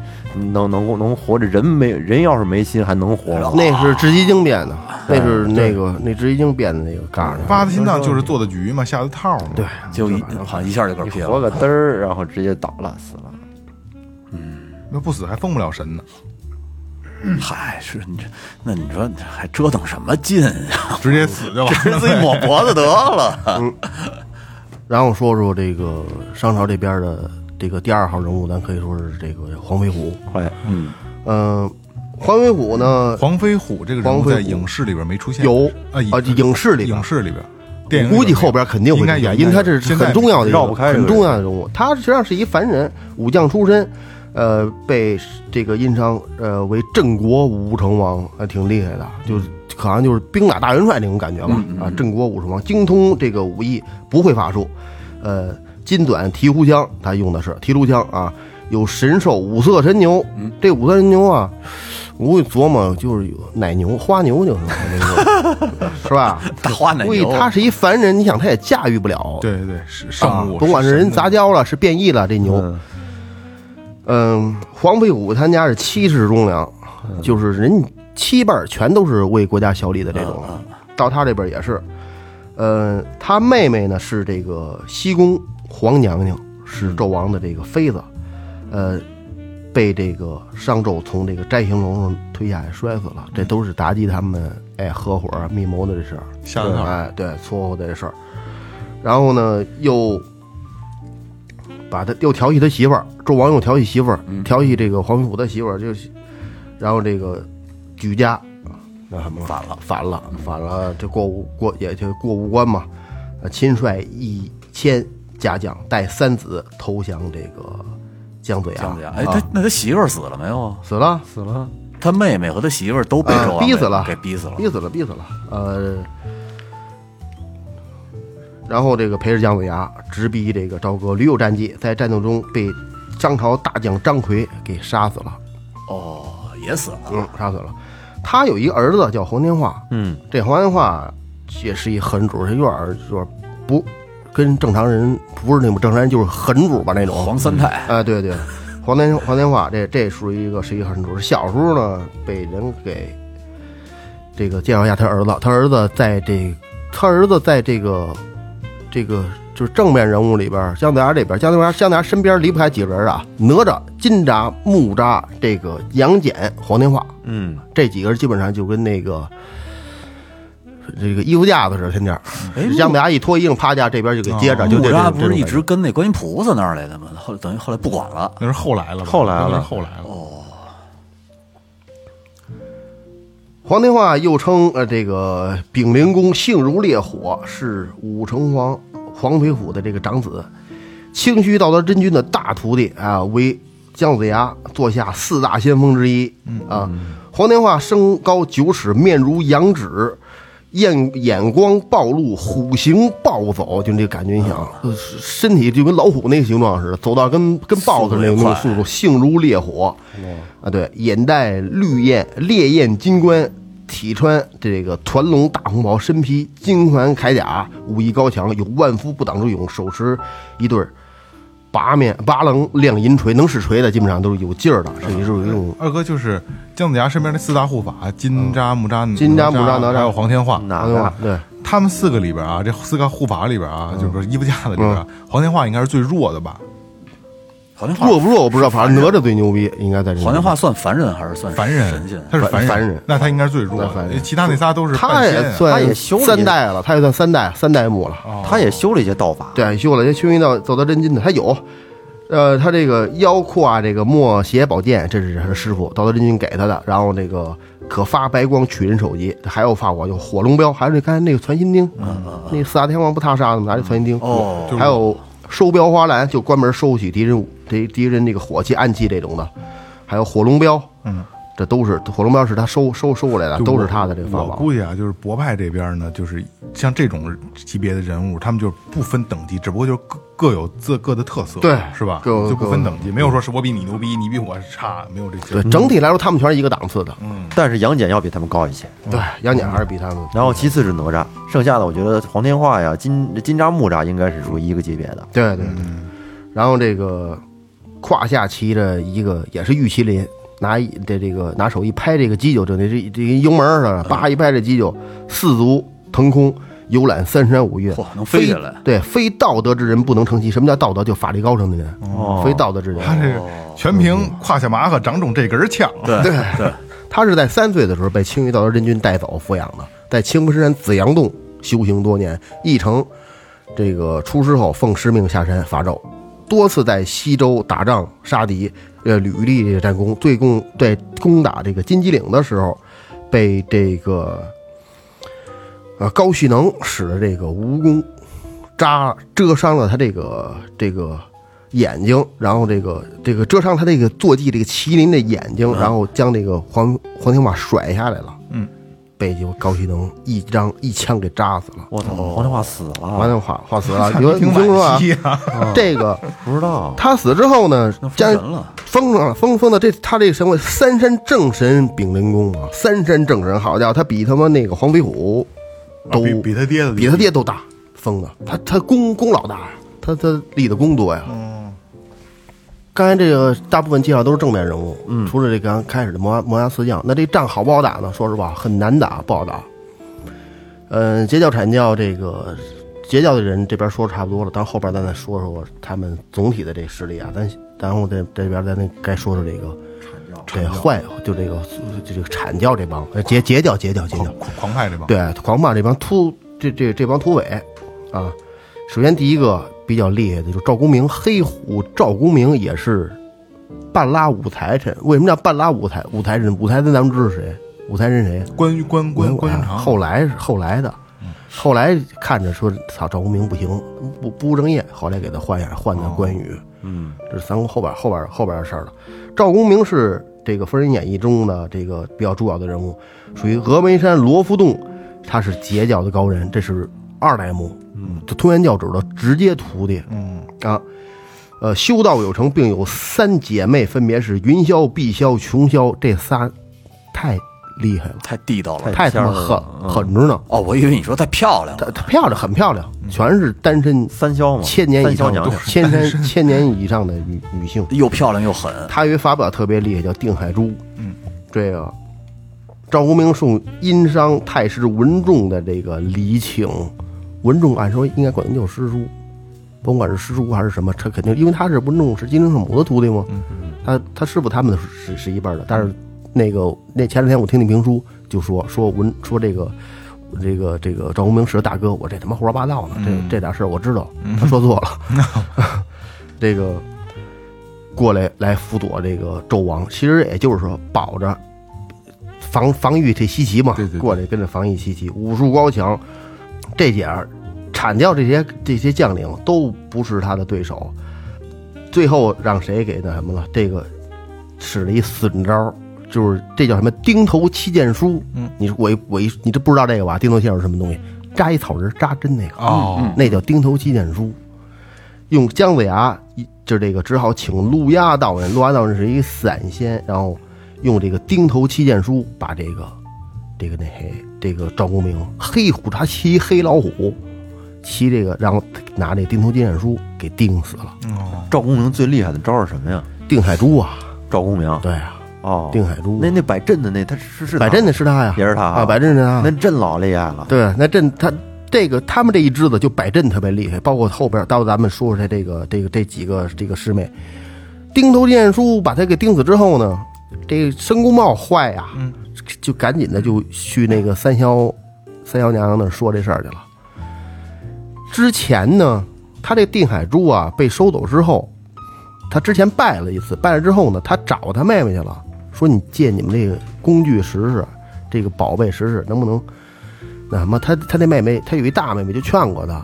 S3: 能能能活着，人没人要是没心还能活吗？
S2: 那是织机精编的，那是那个那织机精编的那个嘎儿的，
S5: 挖的心脏就是做的局嘛，下的套嘛。对，
S1: 就一好像一下就嗝屁
S3: 活
S1: 了，
S3: 个嘚儿，然后直接倒了，死了。
S5: 那不死还封不了神呢，
S1: 嗨，是你这，那你说还折腾什么劲啊？
S5: 直接死 就完了。
S1: 自己抹脖子得了，
S2: 嗯然后说说这个商朝这边的这个第二号人物，咱可以说是这个黄飞虎。
S3: 哎，
S2: 嗯、黄飞虎呢
S5: 黄飞虎这个人物
S2: 黄飞虎
S5: 在影视里边没出现，
S2: 有
S5: 啊，
S2: 啊影视里边
S5: 影视里边，电影里
S2: 估计
S5: 边
S2: 后边肯定会
S5: 应
S2: 出
S5: 该有，
S2: 现，因为他这
S5: 应该
S2: 是
S5: 有
S2: 很重要的一个
S3: 绕不开这个人
S2: 很重要的人物。他实际上是一凡人，武将出身，呃，被这个殷商呃为郑国武成王，还挺厉害的，就是
S5: 嗯
S2: 好像就是兵马大元帅那种感觉吧。啊，郑国武成王精通这个武艺，不会法术，呃，金短提壶枪，他用的是提炉枪啊。有神兽五色神牛，
S5: 嗯
S2: 这五色神牛啊，我估计琢磨就是有奶牛、花 牛就是，是吧？
S1: 大花奶
S2: 估计
S1: 牛，
S2: 他是一凡人，你想他也驾驭不了。
S5: 啊对对对，是
S2: 啊
S5: 圣物，
S2: 甭管是
S5: 神
S2: 人
S5: 的
S2: 杂交了，是变异了，这牛。嗯，黄飞虎他家是七世忠良，
S5: 嗯
S2: 就是人七辈儿全都是为国家效力的这种。
S5: 嗯
S2: 到他这边也是，呃，他妹妹呢是这个西宫皇娘娘，是纣王的这个妃子，呃，被这个商纣从这个摘星楼上推下来摔死了。这都是妲己他们哎合伙儿密谋的这事儿。
S5: 下的套，
S2: 哎，对，撮合的这事儿。然后呢，又把他又调戏他媳妇儿，纣王又调戏媳妇儿，
S1: 嗯
S2: 调戏这个黄飞虎的媳妇儿，就是然后这个举家那什么了反了，反了，反了，这过五过也就过五关嘛，呃，亲率一千家将带三子投降这个姜子牙，
S1: 姜子牙，哎，
S2: 啊
S1: 他那他媳妇儿死了没有啊？
S2: 死了。
S3: 死了，
S1: 他妹妹和他媳妇儿都被
S2: 啊
S1: 纣王
S2: 逼
S1: 给
S2: 死了
S1: 给逼死了。
S2: 逼死了，逼死了。呃，然后这个陪着姜子牙直逼这个朝歌，屡有战绩，在战斗中被商朝大将张奎给杀死了，
S1: 哦，也死了。
S2: 嗯，杀死了。他有一个儿子叫黄天化，
S3: 嗯，
S2: 这黄天化也是一狠主，是有点儿就是不跟正常人不是那种正常人，就是狠主吧那种。
S1: 黄三太，
S2: 啊，对对，黄天黄天化这这属于一个是一个很主。小时候呢，被人给这个介绍一下他儿子，他儿子在这，他儿子在这个这个就是正面人物里边儿，姜子牙这边儿，姜子牙姜子牙身边离不开几个人啊，哪吒、金吒、木吒、这个杨戬、黄天化，
S3: 嗯，
S2: 这几个人基本上就跟那个。这个衣服架子似的，天天儿
S1: 哎，哦
S2: 姜子牙一脱衣裳，啪一下这边就给接着，就
S1: 木
S2: 嗯这
S1: 吒
S2: 这
S1: 不是一
S2: 这种感觉
S1: 直跟那观音菩萨那儿来的吗？后来等于后来不管了。
S5: 那是后来了吧，
S3: 后来了
S5: 那是后来
S2: 哦
S5: 了，
S2: 黄天化又称呃这个丙灵公性如烈火，是武成皇黄飞虎的这个长子，清虚道德真君的大徒弟啊，为姜子牙座下四大先锋之一啊。黄天化身高九尺，面如羊脂，眼眼光暴露，虎形暴走，就这感觉，你想，呃身体就跟老虎那个形状似的，走到跟跟豹子那个那种速度，性如烈火。啊，对，眼带绿焰烈焰金冠，体穿这个团龙大红袍，身披金环铠甲，武艺高强，有万夫不挡之勇，手持一对儿八面八棱亮银锤，能使锤的基本上都是有劲儿的，是一种一种
S5: 二哥就是姜子牙身边那四大护法，金吒、木吒、
S2: 哦金吒
S5: 哪吒
S2: 木吒哪吒
S5: 还有黄天化，
S3: 哪
S2: 对
S3: 吒
S2: 吧？啊对，
S5: 他们四个里边啊，
S2: 嗯
S5: 这四个护法里边啊，就是衣服架子里边啊，黄天化应该是最弱的吧？
S1: 黄金
S3: 嗯
S1: 画
S2: 弱不弱我不知道，反正哪吒最牛逼，应该在这。
S1: 黄金画算凡人还是算
S5: 凡人
S1: 神仙，？
S5: 他是凡
S2: 嗯凡人
S5: 那他应该是最弱
S2: 那凡
S5: 的，
S2: 人
S5: 其他那仨都是
S2: 他
S5: 半仙
S2: 也
S5: 啊。
S2: 算
S3: 他也修了
S2: 三
S3: 也
S2: 代了，他也算三代三代目了。
S5: 哦
S3: 他也修了一些道法，
S2: 对，修了，也修一道走到真经的，他有。呃，他这个腰胯这个墨邪宝剑，这是他的师傅道德真君给他的。然后那个可发白光取人首级，还有法宝有火龙镖，还是刚才那个传心钉，
S5: 嗯
S2: 那四大天王不踏沙子吗拿这传心钉，
S1: 哦
S5: 就是
S2: 还有收镖花篮，就专门收取敌人武敌敌人那个火器暗器这种的，还有火龙镖，嗯，这都是火龙镖是他收收收过来的，
S5: 就
S2: 都是
S5: 我
S2: 他的这个法
S5: 我
S2: 宝。
S5: 估计啊，就是博派这边呢，就是像这种级别的人物，他们就是不分等级，只不过就是各各有自各的特色，
S2: 对
S5: 是吧？
S2: 各有
S5: 就不
S2: 各
S5: 分等级，没有说是我比你牛逼，你比我差，没有这些
S2: 对，。整体来说他们全是一个档次的。
S3: 但是杨戬要比他们高一些。
S5: 嗯
S2: 对，杨戬还是比他们
S3: 然后其次是哪吒，剩下的我觉得黄天化呀、金金吒、木吒应该是属于一个级别的。
S2: 对对对。
S1: 嗯
S2: 然后这个胯下骑着一个也是玉麒麟，拿一这这个拿手一拍这个犄角，就那这这跟油门似
S1: 嗯
S2: 的，叭一拍这犄角，四足腾空。游览三山五岳
S1: 嚯，能飞起来
S2: 对，非道德之人不能成器。什么叫道德？就法力高深的人，
S1: 哦
S3: 哦
S2: 非道德之人。
S5: 他这个全凭胯下麻和掌中这根儿枪 啊，
S1: 对对，
S2: 他是在三岁的时候被青云道德真君带走抚养的，在青石山紫阳洞修行多年，一成这个出师后奉师命下山伐纣，多次在西周打仗杀敌，呃，屡立战功。最共在攻打这个金鸡岭的时候，被这个呃高旭能使的这个蜈蚣扎蛰伤了他这个这个眼睛，然后这个这个蛰伤他这个坐骑这个麒麟的眼睛，然后将这个黄黄天霸甩下来了，
S5: 嗯，
S2: 被就高旭能一张一枪给扎死了，
S3: 我操，黄天化死
S2: 完
S3: 了，
S2: 了化化死 了。你说
S5: 啊
S2: 你
S5: 挺
S2: 听说啊
S5: 惋，惜啊。
S2: 这个
S3: 不知道
S2: 他死之后 呢
S1: 那，封
S2: 将
S1: 神了，
S2: 封上了，封封的这他这个神位三山正神丙辰宫啊，三山正神，好家伙，他比他妈那个黄飞虎都
S5: 啊比比他爹的
S2: 比他爹都大，封的他他功功老大呀，他他立的功多呀。刚才这个大部分介绍都是正面人物，嗯，除了这刚开始的摩崖摩崖四将，那这仗好不好打呢？说实话，很难打，不好打。嗯，截教阐教这个截教的人这边说差不多了，但后边咱再说说他们总体的这实力啊，咱然后这这边咱那该说说这个对坏就这个就这个阐教这帮呃截截教截教截教
S5: 狂狂狂派这帮，
S2: 对，狂霸这帮秃这这这帮秃尾啊，首先第一个比较厉害的就是赵公明，黑虎赵公明也是半拉五财神。为什么叫半拉五财五财神？五财神咱们知道是谁？五财神谁？嗯啊
S5: 关于关关关云长
S2: 后来是后来的，后来看着说，操，赵公明不行，不不务正业，后来给他换下换的关羽。嗯，这是三国后边后边后边的事儿了。赵公明是这个《封神演义》中的这个比较重要的人物，属于峨眉山罗浮洞，他是截教的高人，这是二代目，嗯，通天教主的直接徒弟。嗯啊。呃，修道有成，并有三姐妹，分别是云霄、碧霄、琼霄，这仨太厉害了。
S1: 太地道了。
S2: 太他妈
S3: 太
S2: 狠
S3: 香了嗯
S2: 狠着呢。
S1: 哦，我以为你说太漂亮
S2: 她
S1: 了，
S2: 她漂亮，很漂亮，全是单身
S3: 三霄嘛，
S2: 千年以
S3: 嗯三霄
S2: 上
S3: 娘
S2: 的
S3: 娘，
S2: 千山千年以上的女女性。
S1: 又漂亮又狠，
S2: 她有一法宝特别厉害，叫定海珠。嗯，这个赵无名送殷商太师文仲的这个礼请，文仲按说应该管他叫师叔，甭管是师叔还是什么，他肯定因为他是文仲是金陵圣母的徒弟嘛。他他师傅他们的是是是一辈儿的，但是那个那前两天我听那评书就说说文说这个。这个这个赵无名是个大哥，我这他妈胡说八道呢，
S5: 嗯
S2: 这这点事儿我知道，他说错了。 这个过来来辅佐这个纣王，其实也就是说保着防防御这西岐嘛，
S5: 对对对
S2: 过来跟着防御西岐，武术高强，这点儿铲掉这些这些将领都不是他的对手。最后让谁给那什么了？这个使了一损招儿，就是这叫什么钉头七剑书。嗯，你说我一我一你这不知道这个吧？钉头七剑书是什么东西？扎一草人扎针那个
S3: 嗯
S5: 哦，
S2: 那叫钉头七剑书。用姜子牙，一就这个只好请陆押道人，陆押道人是一散仙，然后用这个钉头七剑书把这个这个那谁这个赵公明黑虎他骑黑老虎，骑这个然后拿这钉头七剑书给钉死了，
S5: 哦
S3: 赵公明最厉害的招是什么呀？
S2: 定海珠啊，
S3: 赵公明
S2: 对啊，
S3: 哦，
S2: 定海珠
S3: 那那摆阵的那他是是他
S2: 摆阵的是他呀，
S3: 也是他
S2: 啊，摆阵是他，
S3: 那阵老厉害了，
S2: 对，那阵他这个他们这一支子就摆阵特别厉害，包括后边，到咱们说出来这个这个这几个这个师妹，钉头剑书把他给钉死之后呢，这申公豹坏呀、就赶紧的就去那个三霄三霄娘娘那儿说这事儿去了。之前呢，他这定海珠啊被收走之后，他之前拜了一次，拜了之后呢，他找他妹妹去了，说你借你们这个工具石试，这个宝贝石试能不能？那什么，啊他他那妹妹，他有一大妹妹，就劝过他。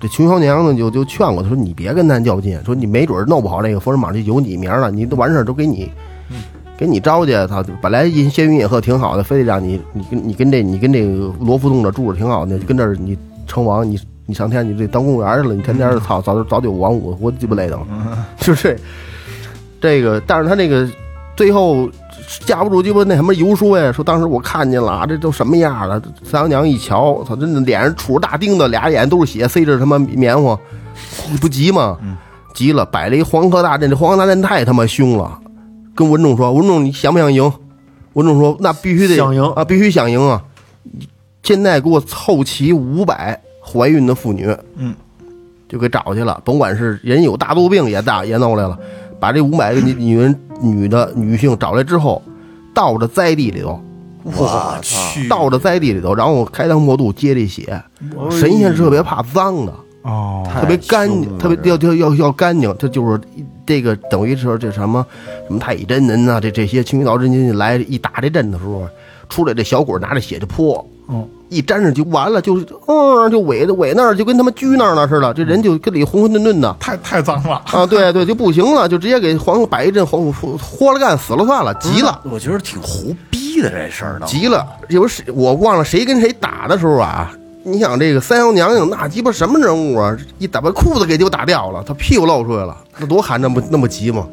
S2: 这秦霄娘呢，就就劝过他说：“你别跟他较劲，说你没准儿弄不好这个封神榜就有你名儿了，你都完事儿都给你，给你招去。他本来银仙云野鹤挺好的，非得让你你跟你跟这你跟这个罗浮洞这住着挺好的，就跟这儿你称王，你你上天你这当公务员去了，你天天儿操早就早就王五活鸡巴累的了，就这这个，但是他那个最后架不住鸡巴那什么游说呀，说当时我看见了啊，这都什么样了？三幺娘一瞧，操，真的脸上杵着大钉子，俩眼都是血，塞着他妈棉花，不急吗？急了，摆了一黄河大阵，这黄河大阵太他妈凶了。跟文仲说，文仲你想不想赢？文仲说，那必须得
S3: 想赢
S2: 啊，必须想赢啊！现在给我凑齐五百怀孕的妇女，
S5: 嗯，
S2: 就给找去了，甭管是人有大肚病也大也弄来了。把这五百个女女人、女的女性找来之后，倒着栽地里头，
S1: 我去，
S2: 倒着栽地里头，然后开膛破肚接这血。
S3: 哎
S2: 神仙是特别怕脏的，
S5: 哦，
S3: 太
S2: 特别干净，
S3: 凶了
S2: 特别
S3: 这
S2: 要要要要干净。这就是这个等于说这什么什么太乙真人呐、这这些青云道真君来一打这阵的时候，啊出来这小鬼拿着血就泼，
S3: 嗯
S5: 哦
S2: 一沾上就完了，就是嗯就尾尾那儿就跟他妈撅那儿了似的，这人就跟里浑浑沌沌的。
S5: 太太脏了，
S2: 啊，对对，就不行了，就直接给皇后摆一阵，皇后豁豁了干，死了算了，急了，
S1: 嗯我觉得挺胡逼的这事儿呢。
S2: 急了。有谁我忘了谁跟谁打的时候啊？你想这个三幺娘娘那鸡巴什么人物啊？一打把裤子给就打掉了，她屁股露出来了，那多寒碜不那么急吗？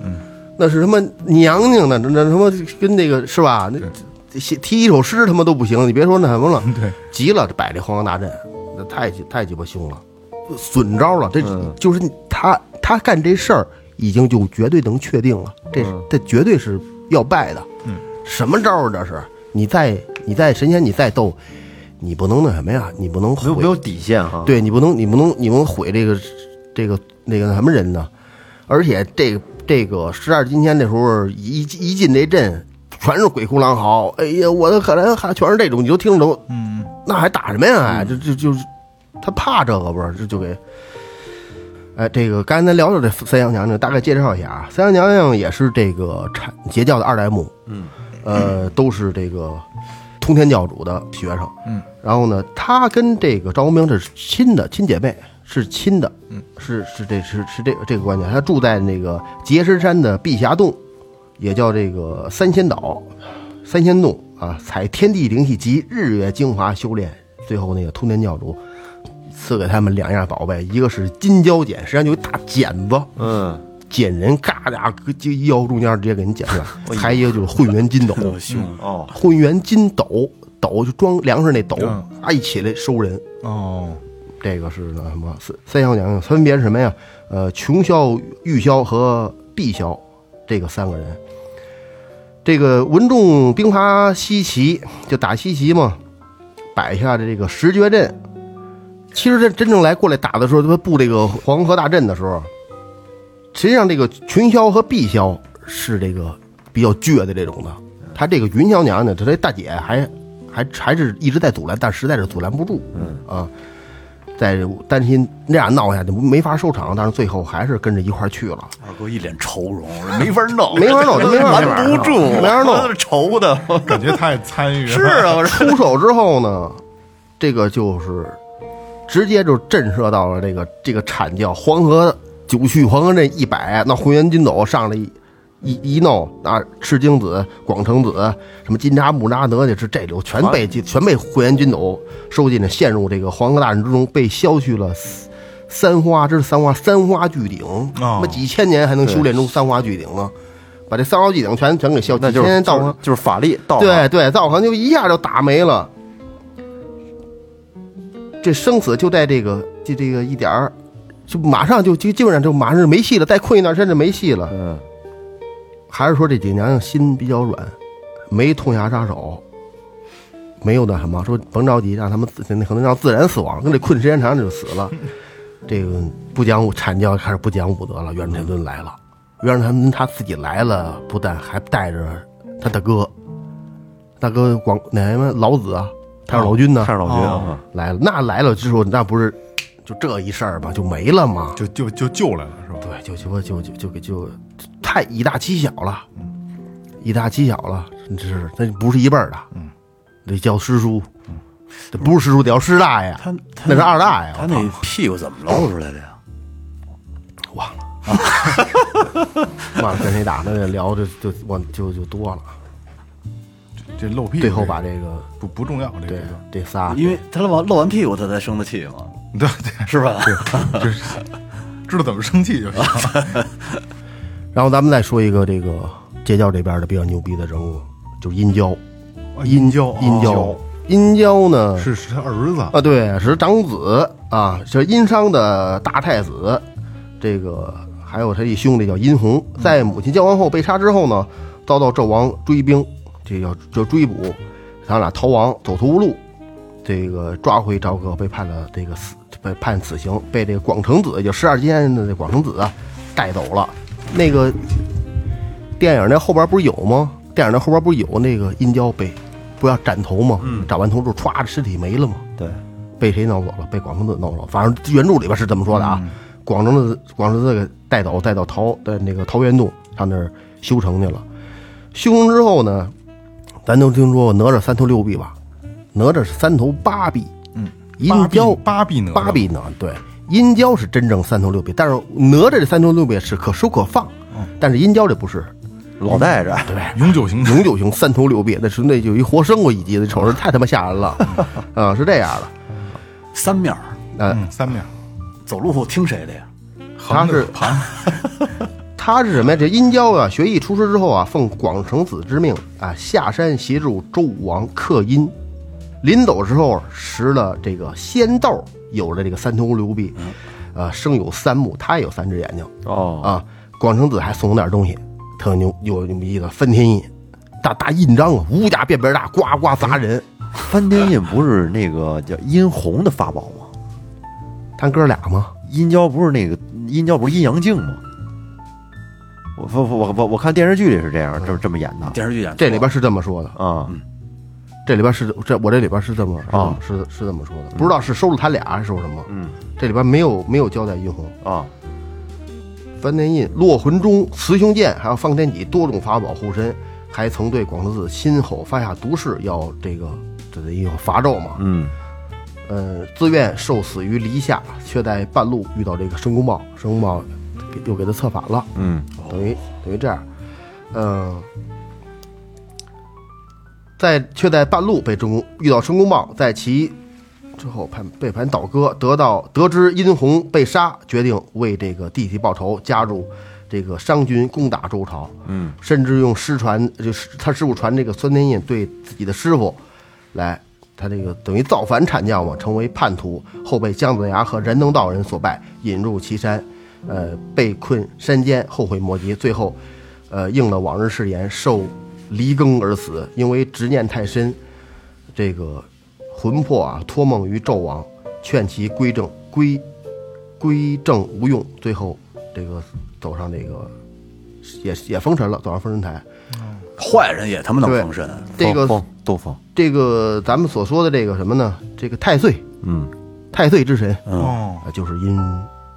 S2: 那是他妈娘娘呢，那那他妈跟那个是吧？那写提一首诗他妈都不行，你别说那什么了。
S5: 对，
S2: 急了，摆这黄冈大阵，那太鸡太鸡巴凶了，损招了。这、就是你他他干这事儿已经就绝对能确定了，这、是这绝对是要败的。嗯，什么招儿这是？你再你再神仙你再斗，你不能那什么呀？你不能
S3: 没有没
S2: 毁，
S3: 有底线哈。，
S2: 对你不能你不能你不能毁这个这个那个什么人呢？而且这个这个十二金仙那时候一一进这阵。全是鬼哭狼嚎，哎呀，我的可怜还全是这种，你都听着都
S5: 嗯，
S2: 那还打什么呀？还就就就是他怕这个不是，这就给。哎，这个刚才咱聊到这三阳娘娘，大概介绍一下啊。三阳娘娘也是这个产截教的二代目，嗯，呃，都是这个通天教主的学生，
S5: 嗯。
S2: 然后呢，她跟这个赵公明是亲的亲姐妹，是亲的，嗯，是是这是是这这个观点。她住在那个碣石山的碧霞洞，也叫这个三仙岛，三仙洞啊，采天地灵气及日月精华修炼，最后那个通天教主赐给他们两样宝贝，一个是金蛟剪，实际上就一大剪子，
S3: 嗯，
S2: 剪人嘎哒就一腰中间直接给人剪出来，还有一个就是混元金斗，
S3: 哦，
S2: 混元金斗斗就装粮食那斗
S5: 嗯，
S2: 啊一起来收人，
S5: 哦，
S2: 这个是那什么三三霄娘娘，分别是什么呀？呃，穷霄、玉霄和碧霄，这个三个人。这个文仲兵伐西岐，就打西岐嘛，摆下的这个十绝阵。其实这真正来过来打的时候，他布这个黄河大阵的时候，实际上这个群霄和碧霄是这个比较倔的这种的。他这个云霄娘娘，她这大姐还还还是一直在阻拦，但实在是阻拦不住。嗯啊，在担心那样闹下去没法收场，但是最后还是跟着一块儿去了。
S1: 二哥一脸愁容，没法弄，
S2: 没 法弄
S1: 真
S2: 没法弄
S1: 瞒不住，
S2: 没法弄
S1: 我都 愁的。
S5: 感觉太参 与了，
S1: 是啊，我说
S2: 出手之后呢，这个就是直接就震慑到了这个这个阐教黄河九曲黄河阵一百，那混元金斗上来一一一弄，啊，赤精子、广成子、什么金吒、木吒、哪吒，这这流全被
S3: 啊
S2: 进全被混元金斗收进了，陷入这个黄河大阵之中，被削去了三。三花，这是三花，三花聚顶，
S3: 哦
S2: 他妈几千年还能修炼出三花聚顶呢，把这三花聚顶全全给削，
S3: 那
S2: 几
S3: 就
S2: 千
S3: 是
S2: 年道
S3: 就
S2: 行
S3: 是就是法力道行
S2: 对对，造成就一下就打没了。这生死就在这个就这个一点儿，就马上就就基本上就马上就没戏了，再困一段时间就没戏了。
S3: 嗯，
S2: 还是说这景娘娘心比较软，没痛下杀手，没有那什么，说甭着急，让他们自那可能让自然死亡，跟这困时间 长就死了。这个不讲武，阐教开始不讲武德了，袁垂敦来了，原来他们他自己来了，不但还带着他大哥，大哥广哪什么老子啊，太上老君呢
S3: 看着老君
S1: 哦
S3: 啊，
S2: 来了，那来了之后那不是就这一事儿吗？就没了吗？
S5: 就就就救来了是吧？
S2: 对，就就就就就就太以大欺小了，以大欺小了，这是那不是一辈儿的，嗯，得叫师叔，这不是师叔，得叫师大爷，啊
S1: 他他
S2: 那是二大爷，
S1: 他
S2: 我操
S1: 那屁股怎么露出来的呀？
S2: 忘了， 忘了跟谁打，那聊的就我就就多了，
S5: 这露屁股
S2: 最后把这个
S5: 不不重要，这
S2: 对
S5: 个
S2: 这仨，
S1: 因为他露完露完屁股，他才生的气嘛，
S5: 对
S1: 是吧？
S5: 对， 就是知道怎么生气就 行了。
S2: 然后咱们再说一个这个截教这边的比较牛逼的人物，就是殷郊，
S5: 啊殷郊
S2: 殷郊
S5: 哦，
S2: 殷郊呢
S5: 是是他儿子，
S2: 啊，对，是长子啊，是殷商的大太子，这个还有他一兄弟叫殷弘，在母亲教皇后被杀之后呢，遭到纣王追兵，这叫叫追捕，他俩逃亡，走投无路，这个抓回朝歌，被判了这个死，被判死刑，被这个广成子，也就十二监的这广成子啊，带走了。那个电影那后边不是有吗？电影那后边不是有那个殷郊被不要斩头吗？斩完头之后歘，尸体没了吗？
S3: 对，
S2: 被谁弄走了？被广成子弄走了。反正原著里边是这么说的
S5: 嗯
S2: 啊。广成子广成子给带走，带到桃在那个桃源洞上那儿修成去了。修成之后呢，咱都听说过哪吒三头六臂吧？哪吒是三头八臂，嗯，殷
S5: 八臂
S2: 郊
S5: 八臂哪吒
S2: 八臂哪对，殷郊是真正三头六臂，但是哪吒这三头六臂是可收可放，
S5: 哦
S2: 但是殷郊这不是，
S3: 老带着，
S5: 永久形
S2: 永久型三头六臂，那是那就一活生过一集，那瞅着太他妈吓 人了，啊，是这样的。
S1: 三面儿
S2: 呃，
S5: 嗯，三面，
S1: 走路听谁的呀？
S5: 横着
S2: 是
S5: 盘
S2: 他是什么呀？这殷郊啊，学艺出师之后啊，奉广成子之命啊，下山协助周武王克殷。临走之后，食了这个仙豆，有了这个三头六臂，呃，生有三目，他也有三只眼睛
S3: 哦，
S2: 啊。广成子还送我点东西，特牛有那么一个翻天印，大大印章啊，乌鸦变边大，呱呱砸人。
S3: 翻天印不是那个叫殷红的法宝吗？
S2: 他哥俩吗？
S3: 殷郊不是那个殷郊不是阴阳镜吗？我我我我我看电视剧里是这样，这么这么演的
S1: 电视剧演
S2: 这里边是这么说的，
S3: 啊，
S2: 这里边是哦这我这里边是这么
S3: 啊
S2: 是是是这么说的，不知道是收了他俩还是收什么，
S3: 嗯
S2: 这里边没有没有交代殷红。
S3: 啊，
S2: 翻天印、落魂钟、雌雄剑，还有放天戟多种法宝护身，还曾对广成子亲口发下毒誓，要这个这得有伐纣嘛。
S3: 嗯，
S2: 呃，自愿受死于篱下，却在半路遇到这个申公豹，申公豹给又给他策反了，
S3: 嗯，
S2: 等于等于这样，嗯、在却在半路被申公遇到申公豹，在其之后判被判倒戈，得到得知殷红被杀，决定为这个弟弟报仇，加入这个商军攻打周朝。嗯，甚至用师传，就是他师傅传这个酸天印对自己的师傅，来他这个等于造反阐教嘛，成为叛徒，后被姜子牙和燃灯道人所败，引入岐山，呃，被困山间，后悔莫及，最后，呃，应了往日誓言，受离耕而死，因为执念太深。这个魂魄啊托梦于纣王，劝其归正，归归正无用，最后这个走上这个也也封神了，走上封神台。
S1: 坏人也他妈能
S2: 对
S1: 封神，
S2: 这个
S3: 风都风，
S2: 这个咱们所说的这个什么呢？这个太岁，
S3: 嗯，
S2: 太岁之神
S1: 嗯
S5: 哦，
S2: 啊，就是殷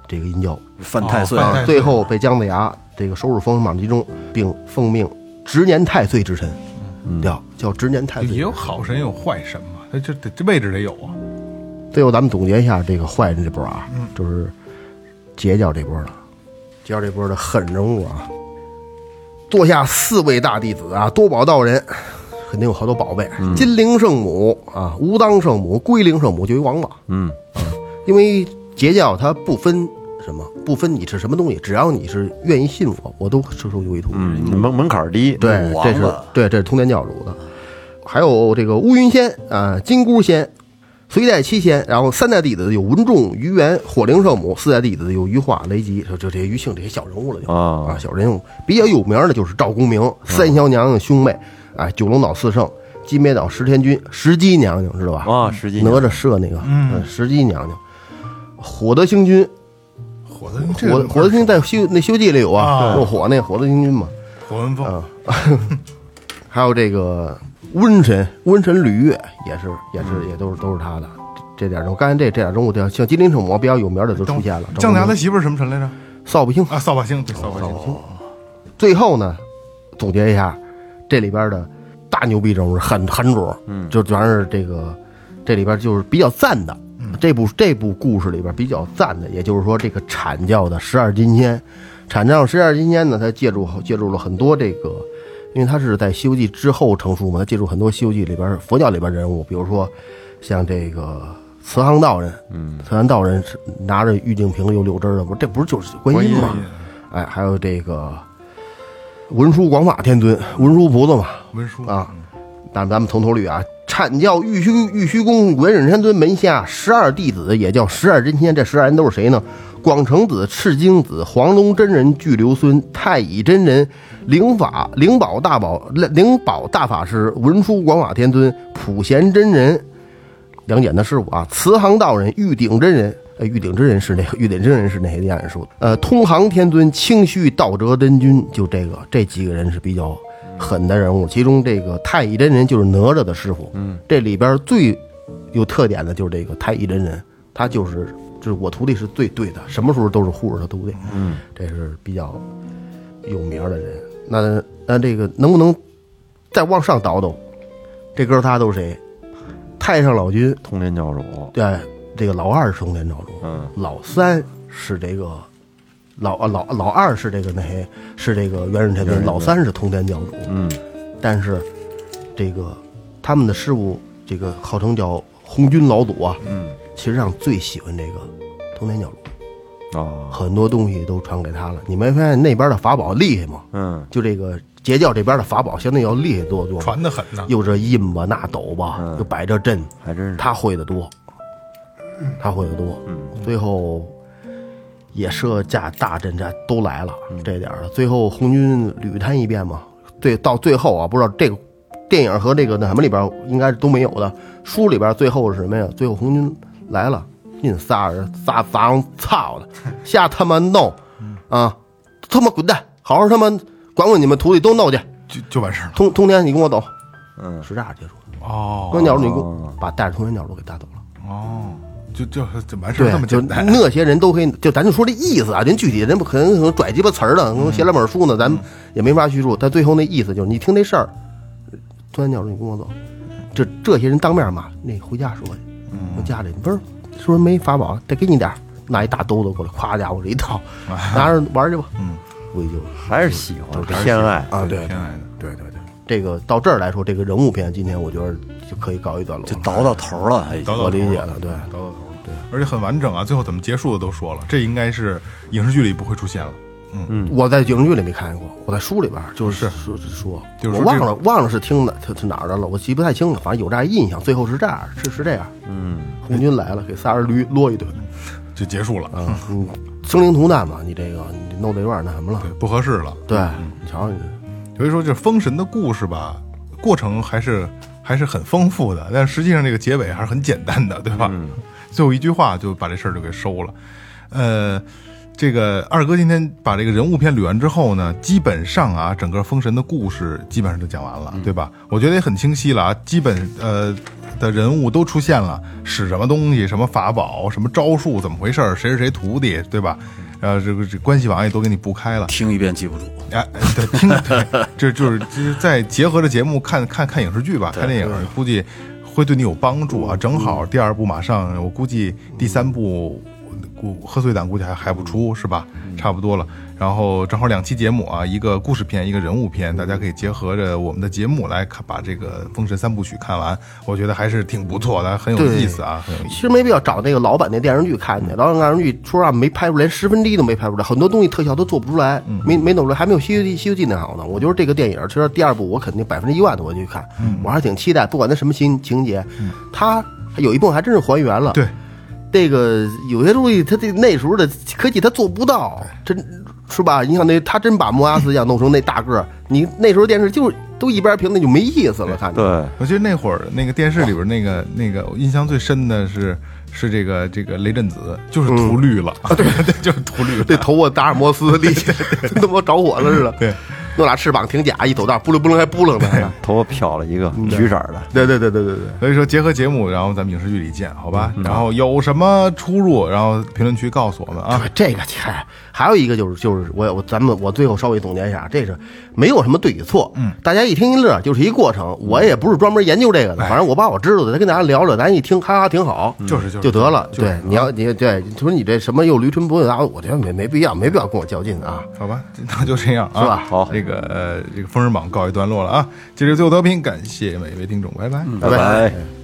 S2: 这个殷郊，
S1: 犯太岁
S5: 哦犯太岁
S2: 最后被姜子牙这个收入封神榜集中，并奉命执年太岁之神，
S1: 嗯
S2: 叫叫执年太岁之
S5: 也
S2: 神
S5: 有。好神也有坏神嘛，他这这这位置得有啊，
S2: 最后咱们总结一下这个坏人这波啊，
S3: 嗯
S2: 就是截教这波的，截教这波的狠人物啊，坐下四位大弟子啊，多宝道人肯定有好多宝贝，
S3: 嗯
S2: 金陵圣母啊，乌当圣母、龟灵圣母就一王八，
S3: 嗯
S2: 因为截教它不分什么，不分你是什么东西，只要你是愿意信我，我都收受归徒。
S3: 嗯，门门槛儿低，
S2: 对，
S1: 王
S2: 这是
S1: 八
S2: 对，这是通天教主的，还有这个乌云仙啊、金箍仙、隋代七仙，然后三代弟子有文仲、于元、火灵圣母，四代弟子有于化、雷吉，就就这些余庆这些小人物了就
S3: 啊
S2: 小人物比较有名的就是赵公明、三霄娘娘兄妹啊、九龙岛四圣、金鳖岛十天君、石矶娘娘，知道
S3: 哦
S2: 吧？
S3: 啊，十几
S2: 哪
S3: 年
S2: 吒射那个，嗯，石矶娘娘，火德星君，
S5: 火的这
S2: 火
S5: 个
S2: 火德军在《西游那《西游记》里有
S5: 啊
S2: 啊，有火那火德军军嘛，
S5: 火文峰，
S2: 啊还有这个瘟神瘟神吕月也是也是也都是都是他的。这这点人物，刚才这这点人物，像像吉林圣魔比较有名的就出现了。
S5: 姜子牙
S2: 赵
S5: 他媳妇儿什么神来着？
S2: 扫把星，
S5: 啊，扫把星，对，扫把星。
S2: 最后呢，总结一下，这里边的大牛逼人物韩韩主，嗯，就全是这个这里边就是比较赞的。这部这部故事里边比较赞的，也就是说这个阐教的十二金仙，阐教十二金仙呢，他借助借助了很多这个，因为他是在《西游记》之后成书嘛，他借助很多《西游记》里边佛教里边人物，比如说像这个慈航道人，嗯，慈航道人是拿着玉净瓶有柳枝儿的，不是这不是就是观音吗？哎，还有这个文殊广法天尊，文殊菩萨嘛，
S5: 文嗯书
S2: 啊，但咱们从头捋啊。阐教玉虚玉虚宫文忍天尊门下十二弟子，也叫十二真仙。这十二人都是谁呢？广成子、赤精子、黄龙真人、巨留孙、太乙真人、灵法灵宝大宝灵宝大法师、文殊广法天尊、普贤真人、杨戬的师傅啊，慈航道人、玉鼎真人，呃，玉鼎真人是那个玉鼎真人是那些演说的，呃，通航天尊、清虚道哲真君，就这个这几个人是比较狠的人物，其中这个太乙真人就是哪吒的师傅，嗯，这里边最有特点的就是这个太乙真人，他就是就是我徒弟是最对的，什么时候都是护着他徒弟，嗯，这是比较有名儿的人。那那这个能不能再往上倒倒？这哥仨都是谁？太上老君。
S3: 通天教主，
S2: 对，这个老二是通天教主，
S3: 嗯，
S2: 老三是这个老啊老老二是这个那谁是这个元始天尊，老三是通天教主，
S3: 嗯，
S2: 但是这个他们的师傅这个号称叫红军老祖啊，嗯，其实上最喜欢这个通天教主，
S3: 哦，
S2: 很多东西都传给他了。你没发现那边的法宝厉害吗？
S3: 嗯，
S2: 就这个截教这边的法宝相对要厉害多多，
S5: 传的很呐。
S2: 又这印吧，那斗吧，又摆这阵，
S3: 还真是，
S2: 他会的多，他会的多。最后也设架大阵战都来了，这点儿最后红军捋他一遍嘛。对，到最后啊，不知道这个电影和这个那什么里边应该是都没有的，书里边最后是什么呀？最后红军来了，印仨人仨仨王操的，瞎他妈弄啊！他妈滚蛋，好好他妈管管你们徒弟都弄去，
S5: 就就完事儿了。
S2: 通通天你跟我走，
S3: 嗯，
S2: 是这样结束。
S5: 哦
S2: 通天鸟主你给我把带着通天鸟主给打走了。
S5: 哦，就就就完事儿
S2: 对
S5: 那么，
S2: 就
S5: 简 单。
S2: 那些人都可以，就咱就说这意思啊，人具体人不可能可能拽鸡巴词儿的，可能写两本书呢，咱们也没法叙述。但最后那意思就是，你听这事儿，突然叫你跟我走，这这些人当面骂，那回家说去，我家里不是是不是没法宝，再给你点儿，拿一大兜子过来，咵家伙这一 套，拿着玩去吧，嗯，估计就
S3: 还是喜欢偏爱，
S2: 啊，对
S5: 亲爱的，
S2: 对对对，这个到这儿来说，这个人物篇今天我觉得就可以告一段落
S1: 就
S2: 了，
S1: 倒到头了，哎还已经
S5: 倒
S2: 我理解了，对。
S5: 倒到头了。对，而且很完整啊，最后怎么结束的都说了，这应该是影视剧里不会出现了。
S2: 我在影视剧里没看过，我在书里边儿就是说说，
S5: 就是说这
S2: 我忘
S5: 个
S2: 了忘了是听的是是哪儿的了，我记不太清了，反正有这样印象。最后是这样，是是这样，嗯，红军来了，给仨人驴摞一顿，
S5: 就结束了，
S2: 啊，嗯，生灵涂炭嘛，你这个你弄得有点那什么了，
S5: 对，嗯不合适了。
S2: 对，你瞧你，
S5: 所以说，这封神的故事吧，过程还是还是很丰富的，但实际上这个结尾还是很简单的，对吧？最后一句话就把这事儿就给收了。呃，这个二哥今天把这个人物篇捋完之后呢，基本上啊，整个封神的故事基本上就讲完了，对吧？我觉得也很清晰了啊，基本呃的人物都出现了，使什么东西，什么法宝，什么招数，怎么回事儿，谁是谁徒弟，对吧？呃，这个这关系网也都给你布开了。
S1: 听一遍记不住。
S5: 哎，哎对， 听着，对，这就是就是再结合着节目看看看影视剧吧，看电影估计会对你有帮助啊。正好第二部马上，我估计第三部估贺岁档估计还还不出是吧？差不多了。然后正好两期节目啊，一个故事片，一个人物片，大家可以结合着我们的节目来看，把这个《封神三部曲》看完，我觉得还是挺不错的，很有
S2: 对
S5: 意思啊，很有意
S2: 其
S5: 思。
S2: 实没必要找那个老版那电视剧看去，老版电视剧说实话没拍出来，十分之一都没拍出来，很多东西特效都做不出来，没没弄出来，还没有《西游记》《西游记》那好呢。我觉得这个电影，其实第二部我肯定百分之一万的我就去看，我还是挺期待，不管它什么新情节，它有一部分还真是还原了。
S5: 对，
S2: 这个有些东西，它这那时候的科技它做不到，真是吧？你想那他真把莫阿斯一样弄成那大个儿，你那时候电视就是都一边评那就没意思了，看着。
S3: 对，
S5: 我记得那会儿那个电视里边那个那个，我印象最深的是是这个这个雷震子，就是涂绿了，
S2: 嗯啊
S5: 对 对，就是涂绿了，
S2: 这头我达尔摩斯力 气，跟他妈着火了似的。
S5: 对，
S2: 弄俩翅膀挺甲，一走道儿，扑棱扑棱还扑棱呢。
S3: 头发漂了一个橘色儿的，
S2: 对对对对对对，
S5: 所以说结合节目，然后咱们影视剧里见，好吧？
S2: 嗯
S5: 然后有什么出入，然后评论区告诉我们啊。
S2: 对这个天儿，还有一个就是就是我我咱们我最后稍微总结一下，这是没有什么对与错，嗯，大家一听一乐就是一过程。我也不是专门研究这个的，反正我把我知道的，咱跟大家聊聊，咱一听哈哈挺好，
S5: 哎嗯就是就是啊
S2: 就得了。对，你要你对，你说你这什么又驴唇不对马嘴，我觉得没没必要，没必要跟我较劲啊。
S5: 好吧，那就这样啊。
S2: 是吧
S5: 好，这个
S2: 嗯
S5: 呃，这个封神榜告一段落了啊。这是最后调频，感谢每一位听众，拜拜。
S2: 拜
S3: 嗯拜。